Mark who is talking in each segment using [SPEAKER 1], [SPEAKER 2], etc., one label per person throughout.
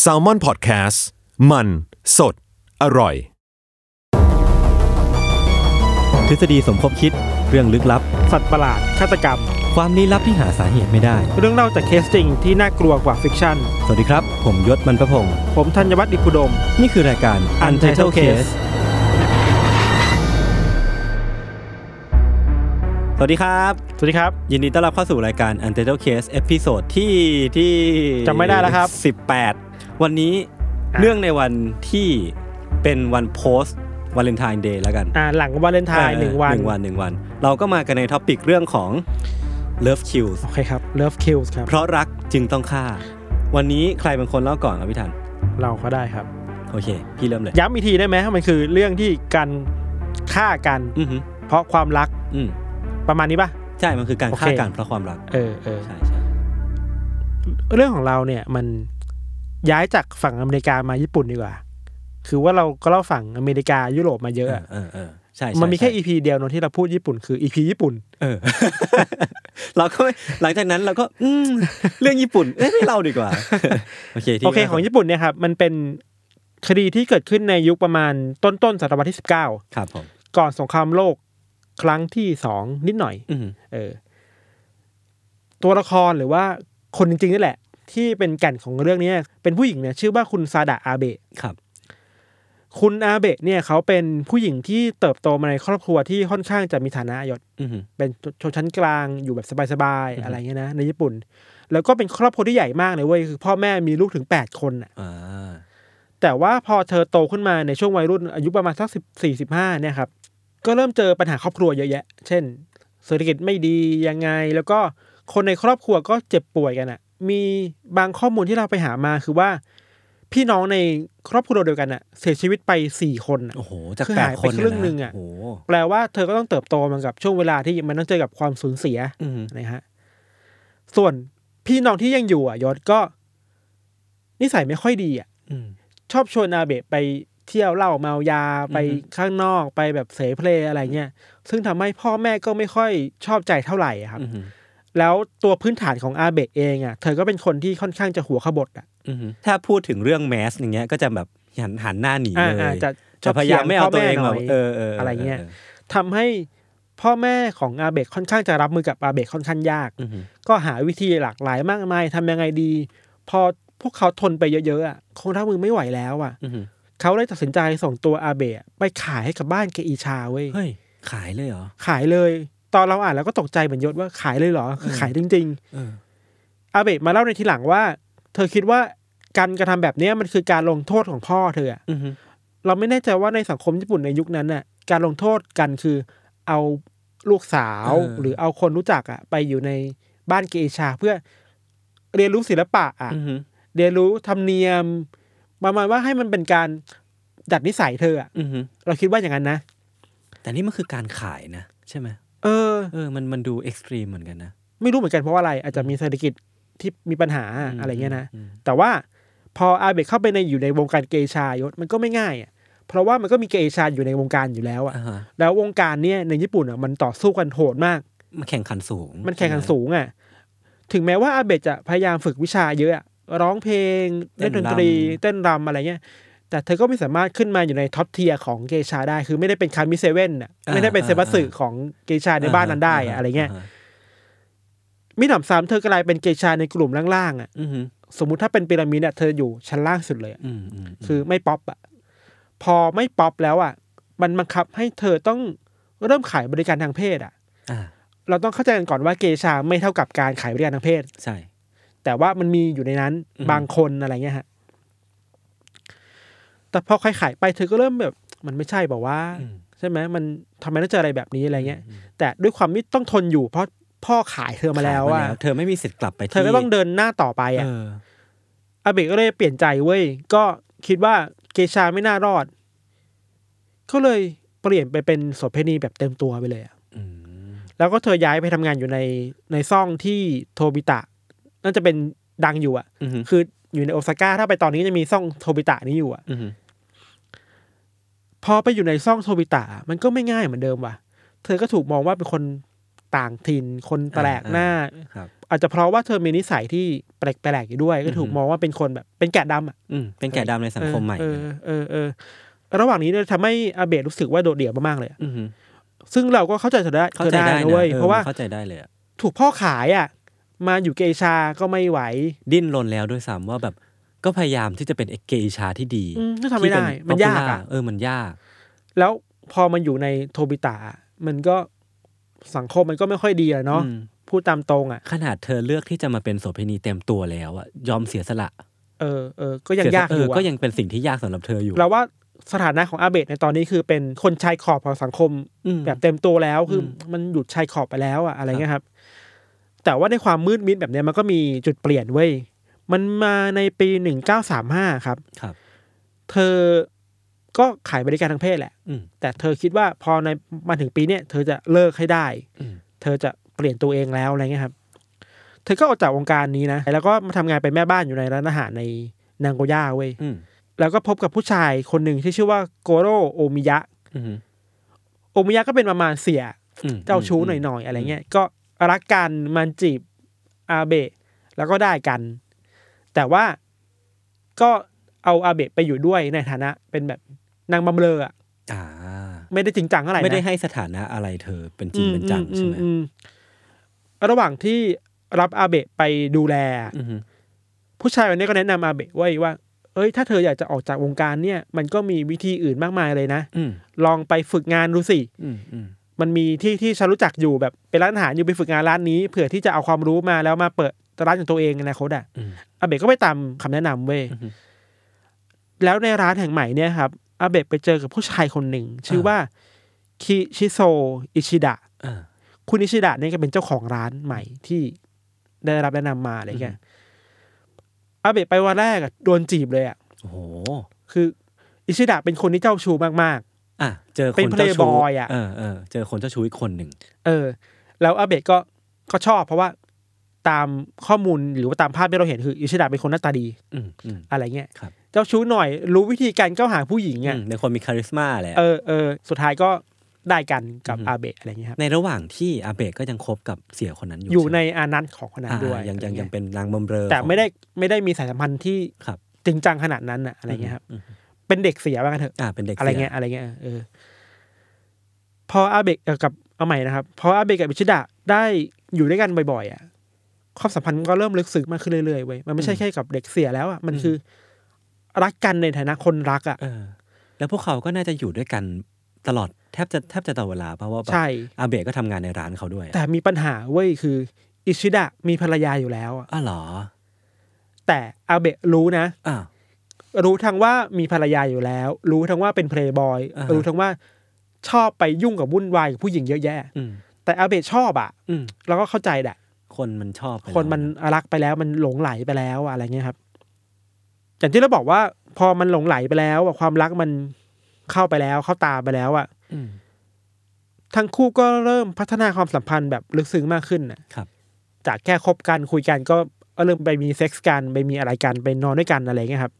[SPEAKER 1] แซลมอนพอดแคสต์มันสดอร่อย
[SPEAKER 2] ทฤษฎีสมคบคิดเรื่องลึกลับ
[SPEAKER 3] สัตว์ประหลาด ฆาตกรรม
[SPEAKER 2] ความลี้ลับที่หาสาเหตุไม่ได้
[SPEAKER 3] เรื่องเล่าจากเคสจริงที่น่ากลัวกว่าฟิกชั่น
[SPEAKER 2] สวัสดีครับ ผมยศมันประพงศ์
[SPEAKER 3] ผมธัญวัฒน์อิพุดม
[SPEAKER 2] นี่คือรายการ Untitled Case สวัสดีครับ
[SPEAKER 3] สวัสดีครับ
[SPEAKER 2] ยินดีต้อนรับเข้าสู่รายการ Untitled Case เอพิโซดที่ที่
[SPEAKER 3] จำไม่ได้แล้วครับ
[SPEAKER 2] 18 วันนี้เรื่องในวันที่เป็นวันโพสต์วาเลนไทน์เดย์แล้วกัน
[SPEAKER 3] อ่าหลังวาเลนไทน์
[SPEAKER 2] เออ
[SPEAKER 3] หนึ่งวัน
[SPEAKER 2] หนึ่งวันหนึ่งวัน เราก็มากันในท็อปิกเรื่องของ Love Kills
[SPEAKER 3] โอเคครับ Love Kills ครับ
[SPEAKER 2] เพราะรักจึงต้องฆ่า วันนี้ใครเป็นคนเล่าก่อนครับพี่ทัน
[SPEAKER 3] เราก็ได้ครับ
[SPEAKER 2] โอเค พี่เริ่มเลย
[SPEAKER 3] ย้ำอีกทีได้ไหมมันคือเรื่องที่การฆ่ากัน
[SPEAKER 2] อือหือ
[SPEAKER 3] เพราะความรัก
[SPEAKER 2] อืม
[SPEAKER 3] ประมาณนี้ป่ะ
[SPEAKER 2] ใช่ มันคือการฆ่า
[SPEAKER 3] โอเค
[SPEAKER 2] กันเพราะความรัก
[SPEAKER 3] เออเออ
[SPEAKER 2] ใช่ใช่
[SPEAKER 3] เรื่องของเราเนี่ยมันย้ายจากฝั่งอเมริกามาญี่ปุ่นดีกว่า คือว่าเราก็เล่าฝั่งอเมริกายุโรปมาเยอะอะ
[SPEAKER 2] เออเออใช่ใช่
[SPEAKER 3] มันมีแค่
[SPEAKER 2] ใช่
[SPEAKER 3] EP เดียวเนอะที่เราพูดญี่ปุ่นคือ EP ญี่ปุ่น
[SPEAKER 2] เอ อ เราก็ไม่หลังจากนั้นเราก็ อืมเรื่องญี่ปุ่น เอ้ยไม่เล่าดีกว่า โอเคที่
[SPEAKER 3] โอเคของญี่ปุ่นเนี่ยครับมันเป็นคดีที่เกิดขึ้นในยุคประมาณต้นต้นๆศตวรรษที่สิบเก้า
[SPEAKER 2] ครับผม
[SPEAKER 3] ก่อนสงครามโลกครั้งที่สองนิดหน่อย
[SPEAKER 2] อืม
[SPEAKER 3] เออ ตัวละครหรือว่าคนจริงๆนี่แหละ ที่เป็นแก่นของเรื่องเนี้ยเป็นผู้หญิงเนี่ยชื่อว่าคุณซาดะอาเบะ
[SPEAKER 2] ครับ
[SPEAKER 3] คุณอาเบะเนี่ยเขาเป็นผู้หญิงที่เติบโตมาในครอบครัวที่ค่อนข้างจะมีฐานะยศ
[SPEAKER 2] อืม
[SPEAKER 3] เป็นชนชั้นกลางอยู่แบบสบายๆอะไรเงี้ยนะในญี่ปุ่น แล้วก็เป็นครอบครัวที่ใหญ่มากเลยเว้ยคือ พ่อแม่มีลูกถึงแปดคนน่ะ
[SPEAKER 2] อ่า
[SPEAKER 3] แต่ว่าพอเธอโตขึ้นมาในช่วงวัยรุ่นอายุประมาณสักสิบสี่สิบห้าเนี่ยครับ ก็เริ่มเจอปัญหาครอบครัวเยอะแยะ เช่น เศรษฐกิจไม่ดียังไง แล้วก็คนในครอบครัวก็เจ็บป่วยกันอะ่ะ มีบางข้อมูลที่เราไปหามาคือว่า พี่น้องในครอบครัวเดียวกันอ่ะ เสียชีวิตไปสี่คนน่ะ
[SPEAKER 2] โอ้โห จาก
[SPEAKER 3] คือ
[SPEAKER 2] แปด
[SPEAKER 3] หายไป
[SPEAKER 2] คน
[SPEAKER 3] ครึ่งหนึ่งอะ
[SPEAKER 2] โอ้โห
[SPEAKER 3] แปลว่าเธอก็ต้องเติบโตมากับช่วงเวลาที่มันต้องเจอกับความสูญเสีย
[SPEAKER 2] อืม
[SPEAKER 3] นะฮะ ส่วนพี่น้องที่ยังอยู่อ่ะยศก็ นิสัยไม่ค่อยดีอ่ะ
[SPEAKER 2] อืม
[SPEAKER 3] ชอบชวนอาเบะไปเที่ยวเหล้าเมายาไป
[SPEAKER 2] อือฮึ
[SPEAKER 3] ข้างนอกไปแบบเสเพลอะไรเงี้ยซึ่งทำให้พ่อแม่ก็ไม่ค่อยชอบใจเท่าไหร่อะครับ
[SPEAKER 2] อืม
[SPEAKER 3] แล้วตัวพื้นฐานของอาเบะเองอ่ะเธอก็เป็นคนที่ค่อนข้างจะหัวขบถอ่ะ
[SPEAKER 2] อืมถ้าพูดถึงเรื่องแมสอย่างเงี้ย ก็จะแบบหันหันหน้าหนี
[SPEAKER 3] อ่า
[SPEAKER 2] เล
[SPEAKER 3] อ่าย จะ
[SPEAKER 2] จะพยายามไม่เอาตัวเอง
[SPEAKER 3] พ่
[SPEAKER 2] แบ
[SPEAKER 3] ห
[SPEAKER 2] บ
[SPEAKER 3] น่ย
[SPEAKER 2] เออเออ
[SPEAKER 3] อะไรเงี้ย
[SPEAKER 2] ออ
[SPEAKER 3] ทำให้พ่อแม่ของอาเบะค่อนข้างจะรับมือกับอาเบะค่อนข้างยาก
[SPEAKER 2] อืม
[SPEAKER 3] ก็หาวิธีหลากหลายมากมายทำยังไงดี พอพวกเขาทนไปเยอะๆอ่ะคงรับมือไม่ไหวแล้วอ่ะ
[SPEAKER 2] อืม
[SPEAKER 3] เขาเลยตัดสินใจส่งตัวอาเบะไปขายให้กับบ้านเกอีชาเว้ย
[SPEAKER 2] เฮ้ยขายเลยเหรอ
[SPEAKER 3] ขายเลย ตอนเราอ่านแล้วก็ตกใจเหมือนยศว่าขายเลยเหรอคือขายจริง
[SPEAKER 2] เออ
[SPEAKER 3] ๆ อาเบะมาเล่าในทีหลังว่า เธอคิดว่าการกระทำแบบเนี้ยมันคือการลงโทษของพ่อเธออะ
[SPEAKER 2] อืม
[SPEAKER 3] เราไม่แน่ใจว่าในสังคมญี่ปุ่นในยุคนั้นน่ะ การลงโทษกันคือเอาลูกสาว
[SPEAKER 2] เออ
[SPEAKER 3] หรือเอาคนรู้จักอะไปอยู่ในบ้านเกอิชาเพื่อเรียนรู้ศิลปะอะ
[SPEAKER 2] อืม
[SPEAKER 3] เรียนรู้ธรรมเนียมประมาณว่าให้มันเป็นการดัดนิสัยเธออะ
[SPEAKER 2] อือฮึ
[SPEAKER 3] เราคิดว่าอย่างนั้นนะ
[SPEAKER 2] แต่นี่มันคือการขายนะ ใช่ไหม
[SPEAKER 3] เออ
[SPEAKER 2] เออมันมันดูเอ็กซ์ตรีมเหมือนกันนะ
[SPEAKER 3] ไม่รู้เหมือนกันเพราะว่าอะไรอาจจะมีเศรษฐกิจที่มีปัญหา
[SPEAKER 2] อืม
[SPEAKER 3] อะไรเงี้ยนะ
[SPEAKER 2] อืม
[SPEAKER 3] แต่ว่าพออาเบะเข้าไปในอยู่ในวงการเกย์ชายศมันก็ไม่ง่ายอ่ะเพราะว่ามันก็มีเกย์ชายอยู่ในวงการอยู่แล้วอ่ะ
[SPEAKER 2] อ่าฮะ
[SPEAKER 3] แล้ววงการเนี่ยในญี่ปุ่นอ่ะมันต่อสู้กันโหดมาก
[SPEAKER 2] มันแข่งขันสูง
[SPEAKER 3] มันแข่งขัน
[SPEAKER 2] ใช่ไห
[SPEAKER 3] สูงอ่ะถึงแม้ว่าอาเบะจะพยายามฝึกวิชาเยอะอะร้องเพลง
[SPEAKER 2] เต้
[SPEAKER 3] เล่น
[SPEAKER 2] น
[SPEAKER 3] ดนตรี
[SPEAKER 2] รำ
[SPEAKER 3] เต้นรำอะไรเงี้ยแต่เธอก็ไม่สามารถขึ้นมาอยู่ในท็อปเทียของเกย์ชาได้คือไม่ได้เป็นคามิเซเว่นอ่ะไม่ได้เป็นเซบัสึของเกย์ชาในบ้านนั้นได้อะอะไรเงี้ย
[SPEAKER 2] อ่าฮะ
[SPEAKER 3] มิหนำซ้ำเธอกลายเป็นเกย์ชาในกลุ่มล่างๆอ่ะ
[SPEAKER 2] อือฮึ
[SPEAKER 3] สมมุติถ้าเป็นพีระมิดเนี่ยเธออยู่ชั้นล่างสุดเลยอะ
[SPEAKER 2] อืมอืม
[SPEAKER 3] คือไม่ป๊อปอะพอไม่ป๊อปแล้วอะมันบังคับให้เธอต้องเริ่มขายบริการทางเพศอะ
[SPEAKER 2] อ่า
[SPEAKER 3] เราต้องเข้าใจกันก่อนว่าเกชาไม่เท่ากับการขายบริการทางเพศ
[SPEAKER 2] ใช่
[SPEAKER 3] แต่ว่ามันมีอยู่ในนั้น
[SPEAKER 2] อืม
[SPEAKER 3] บางคนอะไรเงี้ยฮะ แต่พอใครขายๆไปเธอก็เริ่มแบบ มันไม่ใช่บอกว่าวะ
[SPEAKER 2] อืม
[SPEAKER 3] ใช่ไหมมันทำไมต้องเจออะไรแบบนี้อะไรเงี้ย แต่ด้วยความที่ต้องทนอยู่เพราะพ่อขายเธอมาแล้วอ่ะ
[SPEAKER 2] เธอไม่มีสิทธิ์กลับไป
[SPEAKER 3] เธอก็ต้องเดินหน้าต่อไป
[SPEAKER 2] เอ
[SPEAKER 3] อ่ะ
[SPEAKER 2] อ
[SPEAKER 3] อาเบะก็เลยเปลี่ยนใจเว้ยก็คิดว่าเกชาไม่น่ารอด ก็เลยเปลี่ยนไปเป็นโสเภณีแบบเต็มตัวไปเลยอะ
[SPEAKER 2] อืม
[SPEAKER 3] แล้วก็เธอย้ายไปทำงานอยู่ในในซ่องที่โทบิตะน่าจะเป็นดังอยู่อ่ะ
[SPEAKER 2] อืม
[SPEAKER 3] คืออยู่ในโอซาก้าถ้าไปตอนนี้จะมีซ่องโทบิตะนี้อยู่อ่ะ
[SPEAKER 2] อืม
[SPEAKER 3] พอไปอยู่ในซ่องโทบิตะมันก็ไม่ง่ายเหมือนเดิมว่ะ เธอก็ถูกมองว่าเป็นคนต่างถิ่นคนแปลกหน้า
[SPEAKER 2] ครับ
[SPEAKER 3] อาจจะเพราะว่าเธอมีนิสัยที่แปลกๆอยู่ด้วย ก็ถูก
[SPEAKER 2] อือฮึ
[SPEAKER 3] มองว่าเป็นคนแบบ เป็นแกะดำอ่ะ
[SPEAKER 2] อืมเป็นแก่ดำในสังคมใหม่
[SPEAKER 3] เออเออเออเออระหว่างนี้เนี่ยทำให้อาเบะรู้สึกว่าโดดเดี่ยวมากๆเลยอะ
[SPEAKER 2] อืม
[SPEAKER 3] ซึ่งเราก็เข้าใจเธอได้
[SPEAKER 2] เข้า
[SPEAKER 3] เธอ
[SPEAKER 2] ใจ
[SPEAKER 3] ได้
[SPEAKER 2] ได้
[SPEAKER 3] นะ
[SPEAKER 2] นะ
[SPEAKER 3] เว้ย
[SPEAKER 2] ออ
[SPEAKER 3] เพราะว่า
[SPEAKER 2] เข้าใจได้เลยอะ
[SPEAKER 3] ถูกพ่อขายอ่ะ มาอยู่เกชาก็ไม่ไหว
[SPEAKER 2] ดิ้นรนแล้วด้วยซ้ำว่าแบบก็พยายามที่จะเป็นเอกเกอิชาที่ดี
[SPEAKER 3] อืมก็ทำไม่ได้
[SPEAKER 2] ที่เป็
[SPEAKER 3] มันยากอ่ะ
[SPEAKER 2] popular เออมันยาก
[SPEAKER 3] แล้วพอมันอยู่ในโทบิตะมันก็สังคมมันก็ไม่ค่อยดีอะเนาะ
[SPEAKER 2] อืม
[SPEAKER 3] พูดตามตรงอ่ะ
[SPEAKER 2] ขนาดเธอเลือกที่จะมาเป็นโสเภณีเต็มตัวแล้วอะยอมเสียสละ
[SPEAKER 3] เออเออก็ยังยาก
[SPEAKER 2] เสีสละ
[SPEAKER 3] อยู่
[SPEAKER 2] เออ
[SPEAKER 3] อะ
[SPEAKER 2] ก็ยังเป็นสิ่งที่ยากสำหรับเธออยู่
[SPEAKER 3] เราว่าสถานะของอาเบะในตอนนี้คือเป็นคนชายขอบของสังคม
[SPEAKER 2] อืม
[SPEAKER 3] แบบเต็มตัวแล้วคืออ
[SPEAKER 2] ม
[SPEAKER 3] มันหยุดชายขอบไปแล้วอะอะไรเงี้ยครับ แต่ว่าในความมืดมิดแบบเนี้ยมันก็มีจุดเปลี่ยนเว้ยมันมาในปีหนึ่งเก้าสามห้าครับ
[SPEAKER 2] ครับ
[SPEAKER 3] เธอก็ขายบริการทางเพศแหละ
[SPEAKER 2] อืม
[SPEAKER 3] แต่เธอคิดว่าพอในมาถึงปีเนี้ยเธอจะเลิกให้ได้
[SPEAKER 2] อืม
[SPEAKER 3] เธอจะเปลี่ยนตัวเองแล้วอะไรเงี้ยครับ เธอก็ออกจากวงการนี้นะ แล้วก็มาทำงานเป็นแม่บ้านอยู่ในร้านอาหารในนางโกย่าเว้ย
[SPEAKER 2] อืม
[SPEAKER 3] แล้วก็พบกับผู้ชายคนหนึ่งที่ชื่อว่าโกโรโอมิยะ
[SPEAKER 2] อืม
[SPEAKER 3] โอมิยะก็เป็นประมาณเสีย
[SPEAKER 2] อืม
[SPEAKER 3] เจ้าชู้หน่อยๆอะไรเงี้ย ก็รักกันมันจีบอาเบะแล้วก็ได้กัน แต่ว่าก็เอาอาเบะไปอยู่ด้วยในฐานะเป็นแบบนางบำเรออะ
[SPEAKER 2] อ่า
[SPEAKER 3] ไม่ได้จริงจังอะไหรนะ
[SPEAKER 2] ไม่ได้ให้สถานะอะไรเธอเป็นจริงเป็นจังใช่ไหม
[SPEAKER 3] อือือืมระหว่างที่รับอาเบะไปดูแล
[SPEAKER 2] อืม
[SPEAKER 3] ผู้ชายคนนี้ก็แนะนำอาเบะไว้ว่า เอ้ย ถ้าเธออยากจะออกจากวงการเนี่ย มันก็มีวิธีอื่นมากมายเลยนะ
[SPEAKER 2] อืม
[SPEAKER 3] ลองไปฝึกงานดูสิ
[SPEAKER 2] อืมอืม
[SPEAKER 3] มันมีที่ที่ฉันรู้จักอยู่แบบเป็นร้านอาหารอยู่ไปฝึกงานร้านนี้เผื่อที่จะเอาความรู้มาแล้วมาเปิดร้านของตัวเองในอนาคตอ่ะ
[SPEAKER 2] อืม
[SPEAKER 3] อาเบะก็ไปตามคำแนะนำเว้ย
[SPEAKER 2] อือฮึ
[SPEAKER 3] แล้วในร้านแห่งใหม่เนี่ยครับอาเบะไปเจอกับผู้ชายคนหนึ่ง ชื่อว่าคิชิโซอิชิดะ
[SPEAKER 2] อ่า
[SPEAKER 3] คุณอิชิดะเนี่ยก็เป็นเจ้าของร้านใหม่ที่ได้รับแนะนำมาอะไรเงี้ยอาเบะไปวันแรกอะโดนจีบเลยอ่ะ
[SPEAKER 2] โอ้โห
[SPEAKER 3] คืออิชิดะเป็นคนที่เจ้าชู้มาก
[SPEAKER 2] อ่ะเจอค
[SPEAKER 3] เป็น
[SPEAKER 2] น
[SPEAKER 3] playboy
[SPEAKER 2] เจ้าชู้
[SPEAKER 3] อะ
[SPEAKER 2] เออเออเจอคนเจ้าชู้อีกคนหนึ่ง
[SPEAKER 3] เออ แล้วอาเบะก็ก็ชอบเพราะว่าตามข้อมูลหรือว่าตามภาพที่เราเห็นคืออิชิดะเป็นคนหน้าตาดี
[SPEAKER 2] อืมอืม
[SPEAKER 3] อะไรเงี้ย
[SPEAKER 2] ครับ
[SPEAKER 3] เจ้าชู้หน่อยรู้วิธีการเข้าหาผู้หญิงอ่ะ
[SPEAKER 2] อืมในคนมีคาริสมาแหละ
[SPEAKER 3] เออเออสุดท้ายก็ได้กันกับ
[SPEAKER 2] อือฮึ
[SPEAKER 3] อาเบะอะไรเงี้ยครับ
[SPEAKER 2] ในระหว่างที่อาเบะก็ยังคบกับเสียคนนั้นอยู่
[SPEAKER 3] อยู่ใน
[SPEAKER 2] ช่
[SPEAKER 3] อานันต์ของคน
[SPEAKER 2] ไหม
[SPEAKER 3] นั้นด้วย
[SPEAKER 2] อ่ายังยัง
[SPEAKER 3] อะไรเ
[SPEAKER 2] ยังเป็นนางบำเรอ
[SPEAKER 3] แต่
[SPEAKER 2] ของ
[SPEAKER 3] ไม่ได้ไม่ได้มีสายสัมพันธ์ที่
[SPEAKER 2] ครับ
[SPEAKER 3] จริงจังขนาดนั้นอะอะไรเงี้ยครับ
[SPEAKER 2] ม
[SPEAKER 3] เป็นเด็กเสียบ้างนเถอะ
[SPEAKER 2] อ่าเป็นเด็ก
[SPEAKER 3] อะไร
[SPEAKER 2] สีย
[SPEAKER 3] เงี้ยอะไรเงี้ยเออ พออาเบกเอ่อกับเอาใหม่นะครับ พออาเบกกับอิชิดะได้อยู่ด้วยกันบ่อยๆอ่ะความสัมพันธ์มันก็เริ่มลึกซึ้งมากขึ้นเรื่อยๆเว้ยมันไม่ใช่แค่กับเด็กเสียแล้วอ่ะมันคืออรักกันในฐานะคนรักอ่ะ
[SPEAKER 2] เออ แล้วพวกเขาก็น่าจะอยู่ด้วยกันตลอดแทบจะแทบจะตลอดเวลาเพราะว่าแบบ
[SPEAKER 3] ใช่
[SPEAKER 2] อาเบะก็ทำงานในร้านเขาด้วย
[SPEAKER 3] แต่มีปัญหาเว้ยคือ อิชิดะมีภรรยาอยู่แล้วอะ
[SPEAKER 2] อ้าวเหรอ
[SPEAKER 3] แต่อาเบะรู้นะ
[SPEAKER 2] อ้าว
[SPEAKER 3] รู้ทั้งว่ามีภรรยาอยู่แล้ว รู้ทั้งว่าเป็นเพลย์บอย
[SPEAKER 2] อ่าฮะ
[SPEAKER 3] รู้ทั้งว่าชอบไปยุ่งกับวุ่นวายกับผู้หญิงเยอะแยะ
[SPEAKER 2] อืม
[SPEAKER 3] แต่อาเบะชอบอ่ะ
[SPEAKER 2] อืม
[SPEAKER 3] เราก็เข้าใจแหละ
[SPEAKER 2] คนมันชอบไปแล้ว
[SPEAKER 3] คนมันรักไปแล้วมันหลงไหลไปแล้วอะอะไรเงี้ยครับ อย่างที่เราบอกว่าพอมันหลงไหลไปแล้วอะความรักมันเข้าไปแล้ว เข้าตาไปแล้วอะ
[SPEAKER 2] อืม
[SPEAKER 3] ทั้งคู่ก็เริ่มพัฒนาความสัมพันธ์แบบลึกซึ้งมากขึ้นนะครับ จากแค่คบกันคุยกันก็เริ่มไปมีเซ็กซ์กันไปมีอะไรกันไปนอนด้วยกันอะไรเงี้ยครับ